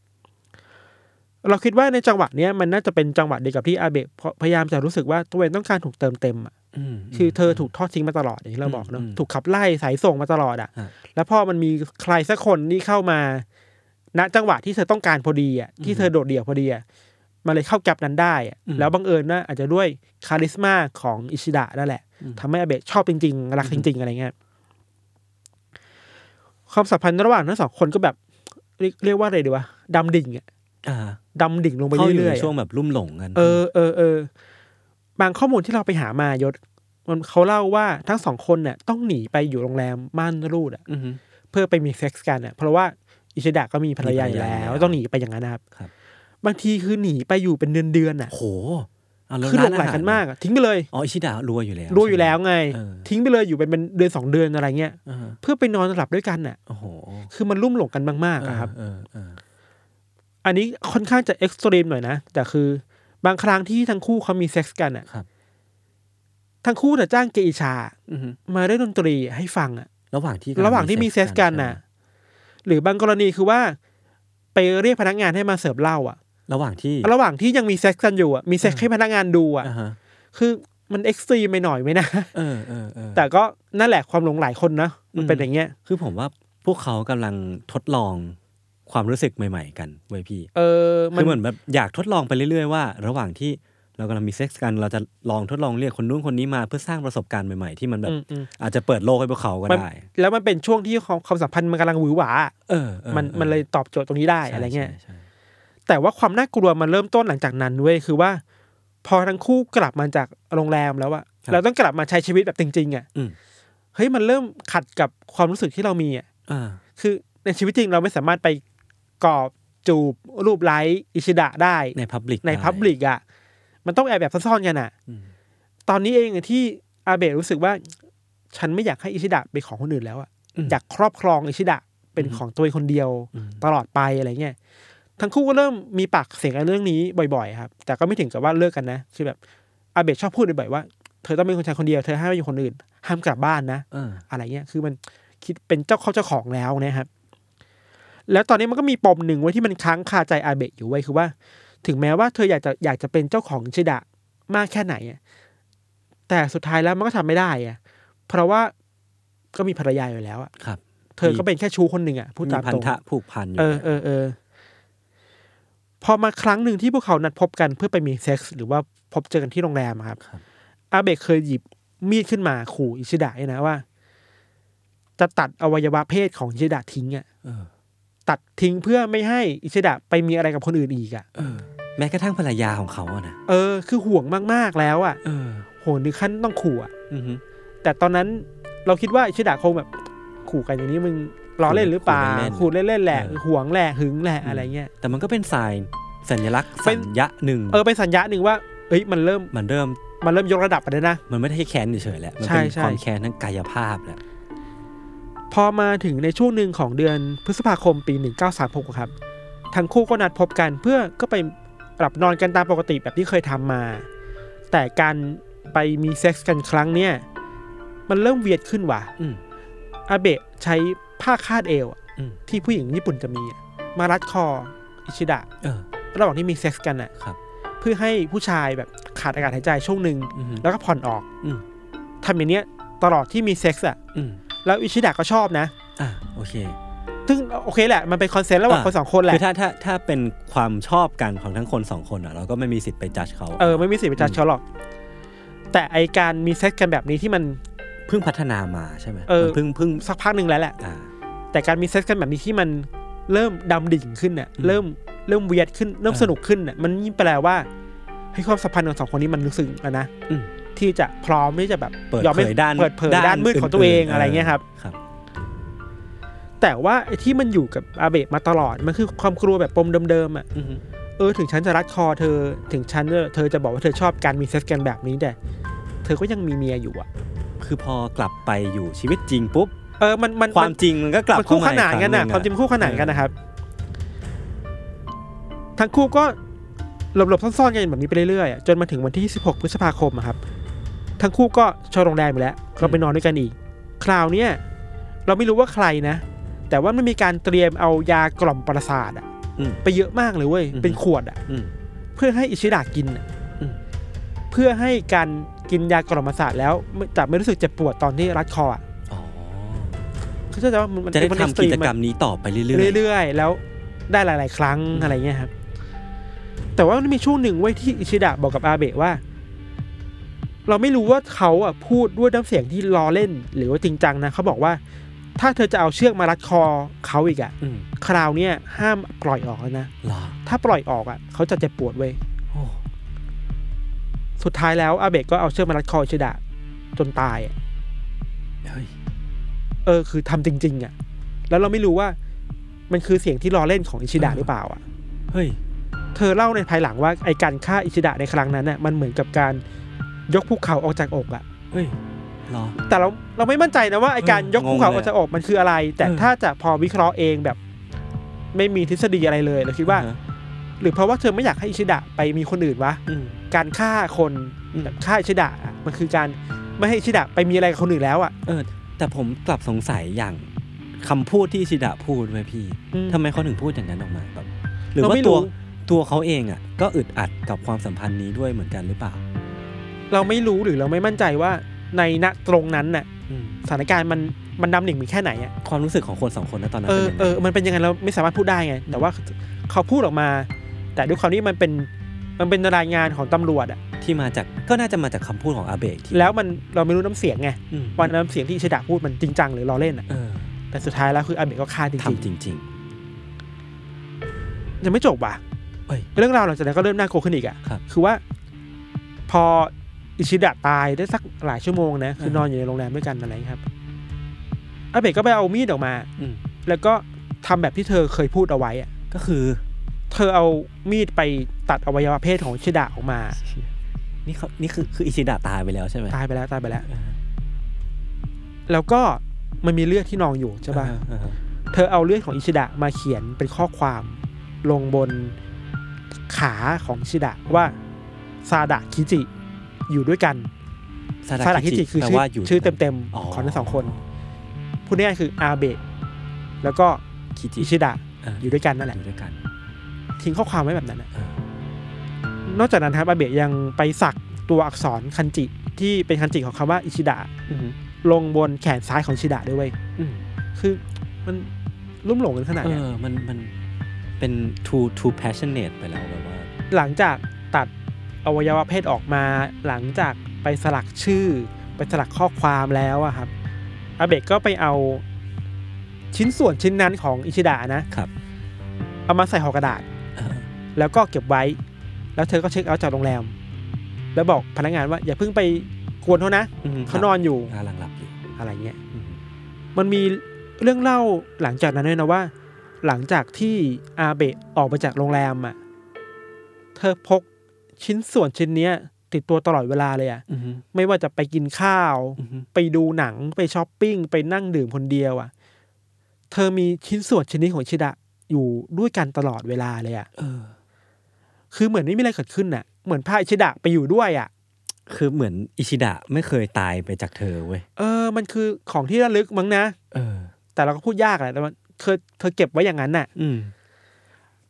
[SPEAKER 3] เราคิดว่าในจังหวะเนี้ยมันน่าจะเป็นจังหวะเดียวกับที่อาเบะพพยายามจะรู้สึกว่าตัวเองต้องการถูกเติมเต็มอะ
[SPEAKER 2] อืม
[SPEAKER 3] คือเธอถูกทอดทิ้งมาตลอดอย่างที่เราบอกเนาะ
[SPEAKER 2] อืม
[SPEAKER 3] ถูกขับไล่สายส่งมาตลอดอ่ะ
[SPEAKER 2] ฮะ
[SPEAKER 3] แล้วพอมันมีใครสักคนที่เข้ามา ณจังหวะที่เธอต้องการพอดีอ่ะที่เธอโดดเดี่ยวพอดีอ่ะมันเลยเข้าแกับนั้นได้อะแล้วบังเอิญนะอาจจะด้วยคาริสมาของอิชิดะนั่นแหละทำให้อาเบะชอบจริงๆ รักจริง ๆ อะไรเงี้ยความสัมพันธ์ระหว่างทั้งสองคนก็แบบ เรียกเรียกว่าอะไรดีวะดำดิ่งอะ
[SPEAKER 2] อ่า
[SPEAKER 3] ดำดิ่งลงไป
[SPEAKER 2] เข้าอยู่
[SPEAKER 3] เรื่อย
[SPEAKER 2] ใน
[SPEAKER 3] ๆ
[SPEAKER 2] ช่วง
[SPEAKER 3] อะ
[SPEAKER 2] แบบลุ่มหลงกัน
[SPEAKER 3] เออเออเออบางข้อมูลที่เราไปหามายศมันเขาเล่าว่าทั้งสองคนเนี่ยต้องหนีไปอยู่โรงแรมม่านรูดอะ
[SPEAKER 2] อฮึ
[SPEAKER 3] เพื่อไปมีเซ็กซ์กันอะเพราะว่าอิชิดะก็มีภรรยาอยู่
[SPEAKER 2] มีภรรยา
[SPEAKER 3] แล้
[SPEAKER 2] แล้ว ว
[SPEAKER 3] ต้องหนีไปอย่างนั้นนะครับ
[SPEAKER 2] ครับ
[SPEAKER 3] บางทีคือหนีไปอยู่เป็นเดือนเดือนๆอะ
[SPEAKER 2] โหเาแว
[SPEAKER 3] คือหล
[SPEAKER 2] ร้าง อา
[SPEAKER 3] ไหล
[SPEAKER 2] หาร
[SPEAKER 3] กันมากอะทิ้งไปเลย
[SPEAKER 2] อ๋ออิชิดะรวยอยู่แล้ว
[SPEAKER 3] รู้อยู่แล้วไง
[SPEAKER 2] เออ
[SPEAKER 3] ทิ้งไปเลยอยู่เป็นเป็นเดือนสองเดือนอะไรเงี้ย
[SPEAKER 2] อ่า
[SPEAKER 3] เพื่อไปนอนหลับด้วยกันน่ะ
[SPEAKER 2] โอ้โห
[SPEAKER 3] คือมันลุ่มหลงกันมากๆอะครับ
[SPEAKER 2] เออเออ
[SPEAKER 3] อันนี้ค่อนข้างจะเอ็กซ์ตรีมหน่อยนะ แต่คือบางครั้งที่ทั้งคู่เขามีเซ็กซ์กันอ่ะ
[SPEAKER 2] ครับ
[SPEAKER 3] ทั้งคู่จะจ้างเกอิชา
[SPEAKER 2] อือฮึ
[SPEAKER 3] มาเล่นดนตรีให้ฟังอ่ะ
[SPEAKER 2] ระหว่างที่
[SPEAKER 3] ระหว่างที่มีเซ็กซ์กันน่ะ หรือบางกรณีคือว่า ไปเรียกพนักงานให้มาเสิร์ฟเหล้าอ่ะ
[SPEAKER 2] ระหว่างที่
[SPEAKER 3] ระหว่างที่ยังมีเซ็กซ์กันอยู่อ่ะมีเซ็กซ์ให้พนักงานดูอ่ะ
[SPEAKER 2] อ่าฮะ
[SPEAKER 3] คือมันเอ็กซ์ตรีมไปหน่อยไหมนะ
[SPEAKER 2] เออเออเออ
[SPEAKER 3] แต่ก็นั่นแหละความหลงหลายคนนะมันเป็น
[SPEAKER 2] อืม
[SPEAKER 3] อย่างเงี้ย
[SPEAKER 2] คือผมว่าพวกเขากำลังทดลองความรู้สึกใหม่ ๆ กันเว้ยพี่
[SPEAKER 3] เออมั
[SPEAKER 2] คื
[SPEAKER 3] น
[SPEAKER 2] อเหมือนแบบอยากทดลองไปเรื่อยๆว่า ระหว่างที่เรากำลังมีเซ็กซ์กัน เราจะลองทดลองเรียกคนนู้นคนนี้มาเพื่อสร้างประสบการณ์ใหม่ๆ ที่มันแบบ
[SPEAKER 3] อืมอืม
[SPEAKER 2] อาจจะเปิดโลกให้พวกเขาก็
[SPEAKER 3] มัน
[SPEAKER 2] ได้
[SPEAKER 3] แล้วมันเป็นช่วงที่ความความสัมพันธ์มันกำลังหวือหวา
[SPEAKER 2] เออออ
[SPEAKER 3] มัน
[SPEAKER 2] ออ
[SPEAKER 3] มันเลยตอบโจทย์ตรงนี้ได้
[SPEAKER 2] ใช่
[SPEAKER 3] อะไรเงี้ย
[SPEAKER 2] ใช่ใช่
[SPEAKER 3] แต่ว่าความน่ากลัวมันเริ่มต้นหลังจากนั้นเว้ยคือว่า พอทั้งคู่กลับมาจากโรงแรมแล้วอะเราต้องกลับมาใช้ชีวิตแบบจริงๆอะ
[SPEAKER 2] อืม
[SPEAKER 3] เฮ้ยมันเริ่มขัดกับความรู้สึกที่เรามีอะ
[SPEAKER 2] อ่า
[SPEAKER 3] คือในชีวิตจริงเราไม่สามารถไปกอบจูบรูปไล้อิชิดะได้
[SPEAKER 2] ในพับลิก
[SPEAKER 3] ในพับลิกอะมันต้องแอบแบบซ่อนๆกันอะตอนนี้เองที่อาเบะรู้สึกว่า ฉันไม่อยากให้อิชิดะเป็นของคนอื่นแล้วอะ อยากครอบครองอิชิดะเป็นของตัวเองคนเดียวตลอดไปอะไรเงี้ยทั้งคู่ก็เริ่มมีปากเสียงกันเรื่องนี้บ่อยๆครับ แต่ก็ไม่ถึงกับว่าเลิกกันนะคือแบบอาเบะชอบพูดบ่อยๆว่าเธอต้องเป็นคนชายคนเดียวเธอห้ามไปอยู่คนอื่น ห้ามกลับบ้านนะ
[SPEAKER 2] เออ
[SPEAKER 3] อะไรเงี้ยคือมันคิดเป็นเจ้าเขาเจ้าของแล้วนะครับ แล้วตอนนี้มันก็มีปมหนึ่งไว้ที่มันค้างคาใจอาเบะอยู่ไว้ยคือว่า ถึงแม้ว่าเธออยากจะอยากจะเป็นเจ้าของอิชิดะมากแค่ไหนอะแต่สุดท้ายแล้วมันก็ทำไม่ได้อะเพราะว่าก็มีภรรยาอยู่แล้วอะ
[SPEAKER 2] ครับ
[SPEAKER 3] เธอก็เป็นแค่ชู้คนหนึ่งอ่ะพูด
[SPEAKER 2] มี
[SPEAKER 3] ตาม
[SPEAKER 2] พัน
[SPEAKER 3] ตรง
[SPEAKER 2] ธะผูกพันอยู่
[SPEAKER 3] เออเออเออพอมาครั้งหนึ่งที่พวกเขานัดพบกันเพื่อไปมีเซ็กซ์หรือว่าพบเจอกันที่โรงแรมอะครับอาเบะเคยหยิบมีดขึ้นมาขู่อิชิดะเนี่ยนะว่า จะตัดอวัยวะเพศของอิชิดะทิ้งอ่ะ
[SPEAKER 2] เออ
[SPEAKER 3] ตัดทิ้งเพื่อไม่ให้อิชิดะไปมีอะไรกับคนอื่นอีกอ่ะ
[SPEAKER 2] เออ แม้กระทั่งภรรยาของเขาอะนะ
[SPEAKER 3] เออคือห่วงมากๆแล้วอ่ะ
[SPEAKER 2] เออ
[SPEAKER 3] โหนึกขั้นต้องขู่อ่ะ
[SPEAKER 2] อือฮึ
[SPEAKER 3] แต่ตอนนั้นเราคิดว่าอิชิดะคงแบบ ขู่กันอย่างนี้มึงล้อเล่นหรือเปล่า
[SPEAKER 2] ขู่
[SPEAKER 3] ขู่
[SPEAKER 2] เล่นๆ
[SPEAKER 3] เล่นๆแหละ
[SPEAKER 2] เออ
[SPEAKER 3] ห่วงแหละหึงแหละอะไรเงี้ย
[SPEAKER 2] แต่มันก็เป็นสายสัญลักษณ์
[SPEAKER 3] เป็
[SPEAKER 2] สั
[SPEAKER 3] น
[SPEAKER 2] ญญะหนึ่ง
[SPEAKER 3] เออเป็นสัญญาณหนึ่งว่าเอ้ยมันเริ่ม
[SPEAKER 2] มันเริ่ม
[SPEAKER 3] มันเริ่มยกระดับไปแล้วนะ
[SPEAKER 2] มันไม่ได้แค่แค้นเฉยๆแล้ว มั
[SPEAKER 3] ใช่
[SPEAKER 2] เป็น
[SPEAKER 3] ใช่
[SPEAKER 2] ความแค้นทางกายภาพแล้ว
[SPEAKER 3] พอมาถึงในช่วงหนึ่งของเดือนพฤษภาคมปี 1936 ครับทั้งคู่ก็นัดพบกันเพื่อก็ไปหลับนอนกันตามปกติแบบที่เคยทำมา แต่การไปมีเซ็กซ์กันครั้งเนี่ยมันเริ่มเวียดขึ้นว่ะ
[SPEAKER 2] อืม
[SPEAKER 3] อาเบะใช้ผ้าคาดเอวอะ
[SPEAKER 2] อืม
[SPEAKER 3] ที่ผู้หญิงญี่ปุ่นจะมีอะมารัดคออิชิดะ
[SPEAKER 2] เออ
[SPEAKER 3] ระหว่างที่มีเซ็กซ์กันอะ
[SPEAKER 2] ครับ
[SPEAKER 3] เพื่อให้ผู้ชายแบบขาดอากาศหายใจช่วงหนึ่ง
[SPEAKER 2] อือฮึ
[SPEAKER 3] แล้วก็ผ่อนออก
[SPEAKER 2] อืม
[SPEAKER 3] ทำอย่างเนี้ยตลอดที่มีเซ็กซ์อะ
[SPEAKER 2] อืม
[SPEAKER 3] แล้วอิชิดะก็ชอบนะ
[SPEAKER 2] อ่ะโอเค
[SPEAKER 3] ซึ่งโอเคแหละ มันเป็นคอนเซนต์ระหว่าง
[SPEAKER 2] อ่ะ
[SPEAKER 3] คนสองคนแหละ
[SPEAKER 2] คือถ้าถ้าถ้าเป็นความชอบกันของทั้งคนสองคนอ่ะเราก็ไม่มีสิทธิ์ไปจัดเขา
[SPEAKER 3] เออ ไม่มีสิทธิ์ไปจัดเขาหรอก แต่ไอการมีเซ็กซ์กันแบบนี้ที่มัน
[SPEAKER 2] เพิ่งพัฒนามาใช่ไหม
[SPEAKER 3] เออ
[SPEAKER 2] มันเพิ่งเพิ่ง
[SPEAKER 3] สักพักหนึ่งแล้วแหละ
[SPEAKER 2] อ่า
[SPEAKER 3] แต่การมีเซ็กซ์กันแบบนี้ที่มันเริ่มดำดิ่งขึ้นน่ะ
[SPEAKER 2] อืม
[SPEAKER 3] เริ่มเริ่มเวียดขึ้น เริ่ม
[SPEAKER 2] อ่า
[SPEAKER 3] สนุกขึ้นน่ะ มันยิ่งแปลว่าให้ความสัมพันธ์ของสองคนนี้มันรู้สึกแล้วนะ
[SPEAKER 2] อืม
[SPEAKER 3] ที่จะพร้อมที่จะแบบ
[SPEAKER 2] เปิด
[SPEAKER 3] ยอม
[SPEAKER 2] เผ
[SPEAKER 3] ให้
[SPEAKER 2] ยด้าน
[SPEAKER 3] เปิดเผยด้านมืดของตัวเองอะไรเงี้ยครับ
[SPEAKER 2] ครับ
[SPEAKER 3] แต่ว่าไอ้ที่มันอยู่กับอาเบะมาตลอด มันคือความกลัวแบบปมเดิมๆอ่ะ
[SPEAKER 2] อือฮึ
[SPEAKER 3] เออถึงฉันจะรัดคอเธอถึงฉันจะเธอจะบอกว่าเธอชอบการมีเซ็กซ์กันแบบนี้แต่เธอก็ยังมีเมียอยู่อ่ะ
[SPEAKER 2] คือพอกลับไปอยู่ชีวิตจริงปุ๊บ
[SPEAKER 3] เออมันมัน
[SPEAKER 2] ความจริงมันก็กลับ
[SPEAKER 3] มันคู่ขนานกัน
[SPEAKER 2] นะ
[SPEAKER 3] นะความจริงมันคู่ขนานกันนะครับ ทั้งคู่ก็หลบๆซ่อนๆกันแบบนี้ไปเรื่อยๆอะจนมาถึงวันที่ 16 พฤษภาคมอะครับ ทั้งคู่ก็เชอโรงแรมไปแล้วเราไปนอนด้วยกันอีก คราวเนี้ยเราไม่รู้ว่าใครนะ แต่ว่ามันมีการเตรียมเอายากล่อมประสาทอะ
[SPEAKER 2] อืม
[SPEAKER 3] ไปเยอะมากเลยเว้ย
[SPEAKER 2] อือฮึ
[SPEAKER 3] เป็นขวดอะ
[SPEAKER 2] อืม
[SPEAKER 3] เพื่อให้อิชิดะกินน่ะ
[SPEAKER 2] อืม
[SPEAKER 3] เพื่อให้การกินยากล่อมประสาทแล้วไม่จะไม่รู้สึกเจ็บปวดตอนที่รัดคออ่ะ
[SPEAKER 2] อ๋อ
[SPEAKER 3] เขาจะว่ามันมัน
[SPEAKER 2] จะได้
[SPEAKER 3] มัน
[SPEAKER 2] ทำ
[SPEAKER 3] เป็น
[SPEAKER 2] กิจ
[SPEAKER 3] สต
[SPEAKER 2] กรรมนี้ต่อไปเรื่
[SPEAKER 3] น
[SPEAKER 2] อย
[SPEAKER 3] เรื่อยๆ แล้วได้หลาย ๆ ครั้ง
[SPEAKER 2] อืม
[SPEAKER 3] อะไรเงี้ยครับ แต่ว่ามันมีช่วงหนึ่งไว้ยที่อิชิดะบอกกับอาเบะว่า เราไม่รู้ว่าเขาอ่ะพูดด้วยน้ำเสียงที่ล้อเล่น หรือว่าจริงจังนะเขาบอกว่า ถ้าเธอจะเอาเชือกมารัดคอเขาอีกอะ
[SPEAKER 2] อืม
[SPEAKER 3] คราวเนี้ยห้ามปล่อยออกแล้วนะ
[SPEAKER 2] เหรอ
[SPEAKER 3] ถ้าปล่อยออกอะเขาจะเจ็บปวดเว้ย
[SPEAKER 2] โอ้
[SPEAKER 3] สุดท้ายแล้วอาเบะก็เอาเชือกมารัดคออิชิดะจนตายอะ
[SPEAKER 2] เฮ้ย
[SPEAKER 3] เออคือทำจริง ๆอะแล้วเราไม่รู้ว่ามันคือเสียงที่ล้อเล่นของอิชิดะหรือเปล่าอะ
[SPEAKER 2] เฮ้ย
[SPEAKER 3] เธอเล่าในภายหลังว่าไอการฆ่าอิชิดะในครั้งนั้นน่ะมันเหมือนกับการยกภูเขาออกจากอกอะ
[SPEAKER 2] เฮ้ยเหรอ
[SPEAKER 3] แต่เราเราไม่มั่นใจนะว่าไอการยกภูเขา
[SPEAKER 2] งงเลยอะ
[SPEAKER 3] ออกจากอกมันคืออะไร แต่
[SPEAKER 2] เออ
[SPEAKER 3] ถ้าจะพอวิเคราะห์เองแบบ ไม่มีทฤษฎีอะไรเลยเราคิดว่า
[SPEAKER 2] อ่ฮะ
[SPEAKER 3] หรือเพราะว่าเธอไม่อยากให้อิชิดะไปมีคนอื่นวะ
[SPEAKER 2] อืม
[SPEAKER 3] การฆ่าคน
[SPEAKER 2] อืม
[SPEAKER 3] ฆ่าอิชิดะอะมันคือการไม่ให้อิชิดะไปมีอะไรกับคนอื่นแล้วอะ
[SPEAKER 2] เออ แต่ผมกลับสงสัยอย่างคำพูดที่อิชิดะพูดไว้ยพี่
[SPEAKER 3] อืม
[SPEAKER 2] ทำไมเขาถึงพูดอย่างนั้นออกมาแบบ หรือ
[SPEAKER 3] เรา
[SPEAKER 2] ว่า
[SPEAKER 3] ไม่
[SPEAKER 2] ตั
[SPEAKER 3] รู้
[SPEAKER 2] วตัวเขาเองอ่ะ ก็อึดอัดกับความสัมพันธ์นี้ด้วยเหมือนกันหรือเปล่า
[SPEAKER 3] เราไม่รู้หรือเราไม่มั่นใจว่าในณตรงนั้นน่ะ
[SPEAKER 2] อืม
[SPEAKER 3] สถานการณ์มันมันดำหนึ่งมีแค่ไหนอะ
[SPEAKER 2] ความรู้สึกของคนสองคนนะตอนนั้น
[SPEAKER 3] เอ
[SPEAKER 2] เป็น
[SPEAKER 3] อ
[SPEAKER 2] ยังไง
[SPEAKER 3] เออ มันเป็นยังไงเราไม่สามารถพูดได้ไง แต่ว่าเขาพูดออกมา แต่ด้วยความที่มันเป็นมันเป็นรายงานของตำรวจอะ
[SPEAKER 2] ที่มาจากก็น่าจะมาจากคำพูดของอาเบะอีกที
[SPEAKER 3] แล้วมันเราไม่รู้น้ำเสียงไง
[SPEAKER 2] อืม
[SPEAKER 3] ว่าน้ำเสียงที่อิชดะพูดมันจริงจังหรือล้อเล่นอะ
[SPEAKER 2] เออ
[SPEAKER 3] แต่สุดท้ายแล้วคืออาเบะก็ฆ่าจริง
[SPEAKER 2] ทำจริง
[SPEAKER 3] ๆยังไม่จบว่ะ
[SPEAKER 2] เอ้ย
[SPEAKER 3] เรื่องราวหลังจากนั้นก็เริ่มน่ากลัวขึ้นอีกอะ
[SPEAKER 2] ครับ
[SPEAKER 3] คือว่า พออิชิดะตายได้สักหลายชั่วโมงนะคือนอนอยู่ในโรงแรมด้วยกันอะไรอย่างเงี้ยครับอาเบะก็ไปเอามีดออกมา
[SPEAKER 2] ๆอืม
[SPEAKER 3] แล้วก็ทำแบบที่เธอเคยพูดเอาไว้อะ
[SPEAKER 2] ก็คือ
[SPEAKER 3] เธอเอามีดไปตัดอวัยวะเพศของอิชิดะออกมา
[SPEAKER 2] นี่เขานี่คือคืออิชิดะตายไปแล้วใช่ไหม
[SPEAKER 3] ตายไปแล้วตายไปแล้ว
[SPEAKER 2] อ่าฮะ
[SPEAKER 3] แล้วก็มันมีเลือดที่นองอยู่ใช่ปะ่ะ
[SPEAKER 2] อ่าฮะ
[SPEAKER 3] เธอเอาเลือดของอิชิดะมาเขียนเป็นข้อความลงบนขาของอิชิดะว่าซาดะคิจิอยู่ด้วยกัน
[SPEAKER 2] ซา
[SPEAKER 3] ซาดะคิจิคือ
[SPEAKER 2] แปล
[SPEAKER 3] ชื่อ
[SPEAKER 2] ว่าอยู่
[SPEAKER 3] ชื่อเต็ม
[SPEAKER 2] อ๋อ
[SPEAKER 3] ๆของทั้งสองคนพูดง่ายๆคืออาเบะแล้วก็
[SPEAKER 2] คิจิ
[SPEAKER 3] อิชิดะ
[SPEAKER 2] า
[SPEAKER 3] อยู่ด้วยกันนั่นแห
[SPEAKER 2] อ
[SPEAKER 3] ละ
[SPEAKER 2] ยู่ด้วยกัน
[SPEAKER 3] ทิ้งข้อความไว้แบบนั้นนะ
[SPEAKER 2] อ่าน
[SPEAKER 3] อกจากนั้นครับอาเบะยังไปสักตัวอักษรคันจิที่เป็นคันจิของคำว่าอิชิดะ
[SPEAKER 2] อืม
[SPEAKER 3] ลงบนแขนซ้ายของอิชิดะด้วยเวย
[SPEAKER 2] อืม
[SPEAKER 3] คือมันลุ่มหลงกันขนาด
[SPEAKER 2] เอ
[SPEAKER 3] เนี้ย
[SPEAKER 2] อ มัน มัน เป็น too too passionate ไปแล้วแบบว่า
[SPEAKER 3] หลังจากตัดอวัยวะเพศออกมา หลังจากไปสลักชื่อ ไปสลักข้อความแล้วอะครับอาเบะก็ไปเอาชิ้นส่วนชิ้นนั้นของอิชิดะนะครับ เอามาใส่ห่อกระดาษ
[SPEAKER 2] เออ
[SPEAKER 3] แล้วก็เก็บไว้ แล้วเธอก็เช็คเอาท์จากโรงแรม แล้วบอกพนักงานว่าอย่าเพิ่งไปกวนเขานะ
[SPEAKER 2] อืม
[SPEAKER 3] เขานอนอยู่
[SPEAKER 2] กำลังหลับอยู่
[SPEAKER 3] อะไรเงี้ย
[SPEAKER 2] อืม
[SPEAKER 3] มันมีเรื่องเล่าหลังจากนั้นด้วยนะว่า หลังจากที่อาเบะออกมาจากโรงแรมอ่ะเธอพกชิ้นส่วนชิ้นเนี้ย ติดตัวตลอดเวลาเลยอ่ะ
[SPEAKER 2] อืม
[SPEAKER 3] ไม่ว่าจะไปกินข้าว
[SPEAKER 2] อืม
[SPEAKER 3] ไปดูหนังไปช้อปปิ้ง ไปนั่งดื่มคนเดียวอ่ะ เธอมีชิ้นส่วนชิ้นนี้ของอิชิดะอยู่ด้วยกันตลอดเวลาเลยอ่ะ
[SPEAKER 2] เออ
[SPEAKER 3] คือเหมือนไม่มีอะไรเกิดขึ้นอ่ะ เหมือนพาอิชิดะไปอยู่ด้วยอ่ะ
[SPEAKER 2] คือเหมือนอิชิดะไม่เคยตายไปจากเธอเว้ย
[SPEAKER 3] เออ มันคือของที่ระลึกมั้งนะ
[SPEAKER 2] เออ
[SPEAKER 3] แต่เราก็พูดยากแหละแต่มันเธอเธอเก็บไว้อย่างนั้นน่ะ
[SPEAKER 2] อืม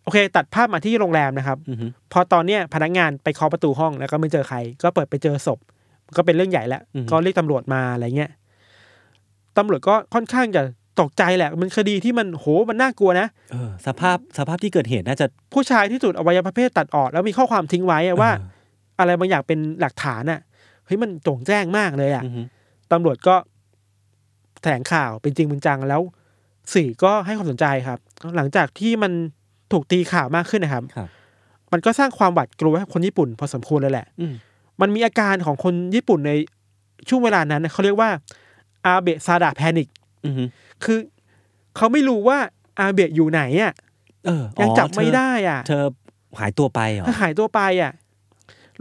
[SPEAKER 3] โอเค ตัดภาพมาที่โรงแรมนะครับ
[SPEAKER 2] อืม
[SPEAKER 3] พอตอนเนี้ยพนักงานไปเคาะประตูห้องแล้วก็ไม่เจอใคร ก็เปิดไปเจอศพ ก็เป็นเรื่องใหญ่แล้ว ก็เรียกตำรวจมาอะไรเงี้ยตำรวจก็ค่อนข้างจะตกใจแหละ มันคดีที่มันโหมันน่ากลัวนะ
[SPEAKER 2] เออ สภาพ สภาพที่เกิดเหตุน่าจะ
[SPEAKER 3] ผู้ชายที่ถูกอวัยวะเพศตัดออกแล้วมีข้อความทิ้งไว้อะว่า อะไรบางอย่างเป็นหลักฐานอะเฮ้ยมันโจ่งแจ้งมากเลยอะ
[SPEAKER 2] เอออืม
[SPEAKER 3] ตำรวจก็แถลงข่าวเป็นจริงเป็นจังแล้ว สื่อก็ให้ความสนใจครับ หลังจากที่มันถูกตีข่าวมากขึ้นนะครับ
[SPEAKER 2] ครับ
[SPEAKER 3] มันก็สร้างความหวาดกลัวให้คนญี่ปุ่นพอสมควรเลยแหละ
[SPEAKER 2] อืม
[SPEAKER 3] มันมีอาการของคนญี่ปุ่นในช่วงเวลานั้นนะเขาเรียกว่าอาเบะซาดะแพนิค
[SPEAKER 2] อืม
[SPEAKER 3] คือเขาไม่รู้ว่าอาเบะอยู่ไหนอ่ะ
[SPEAKER 2] เอออ๋อ
[SPEAKER 3] ยังจับไม่
[SPEAKER 2] เธอ
[SPEAKER 3] ได้อ่ะ
[SPEAKER 2] เธอหายตัวไปเหรอ
[SPEAKER 3] ถ้าหายตัวไปอ่ะ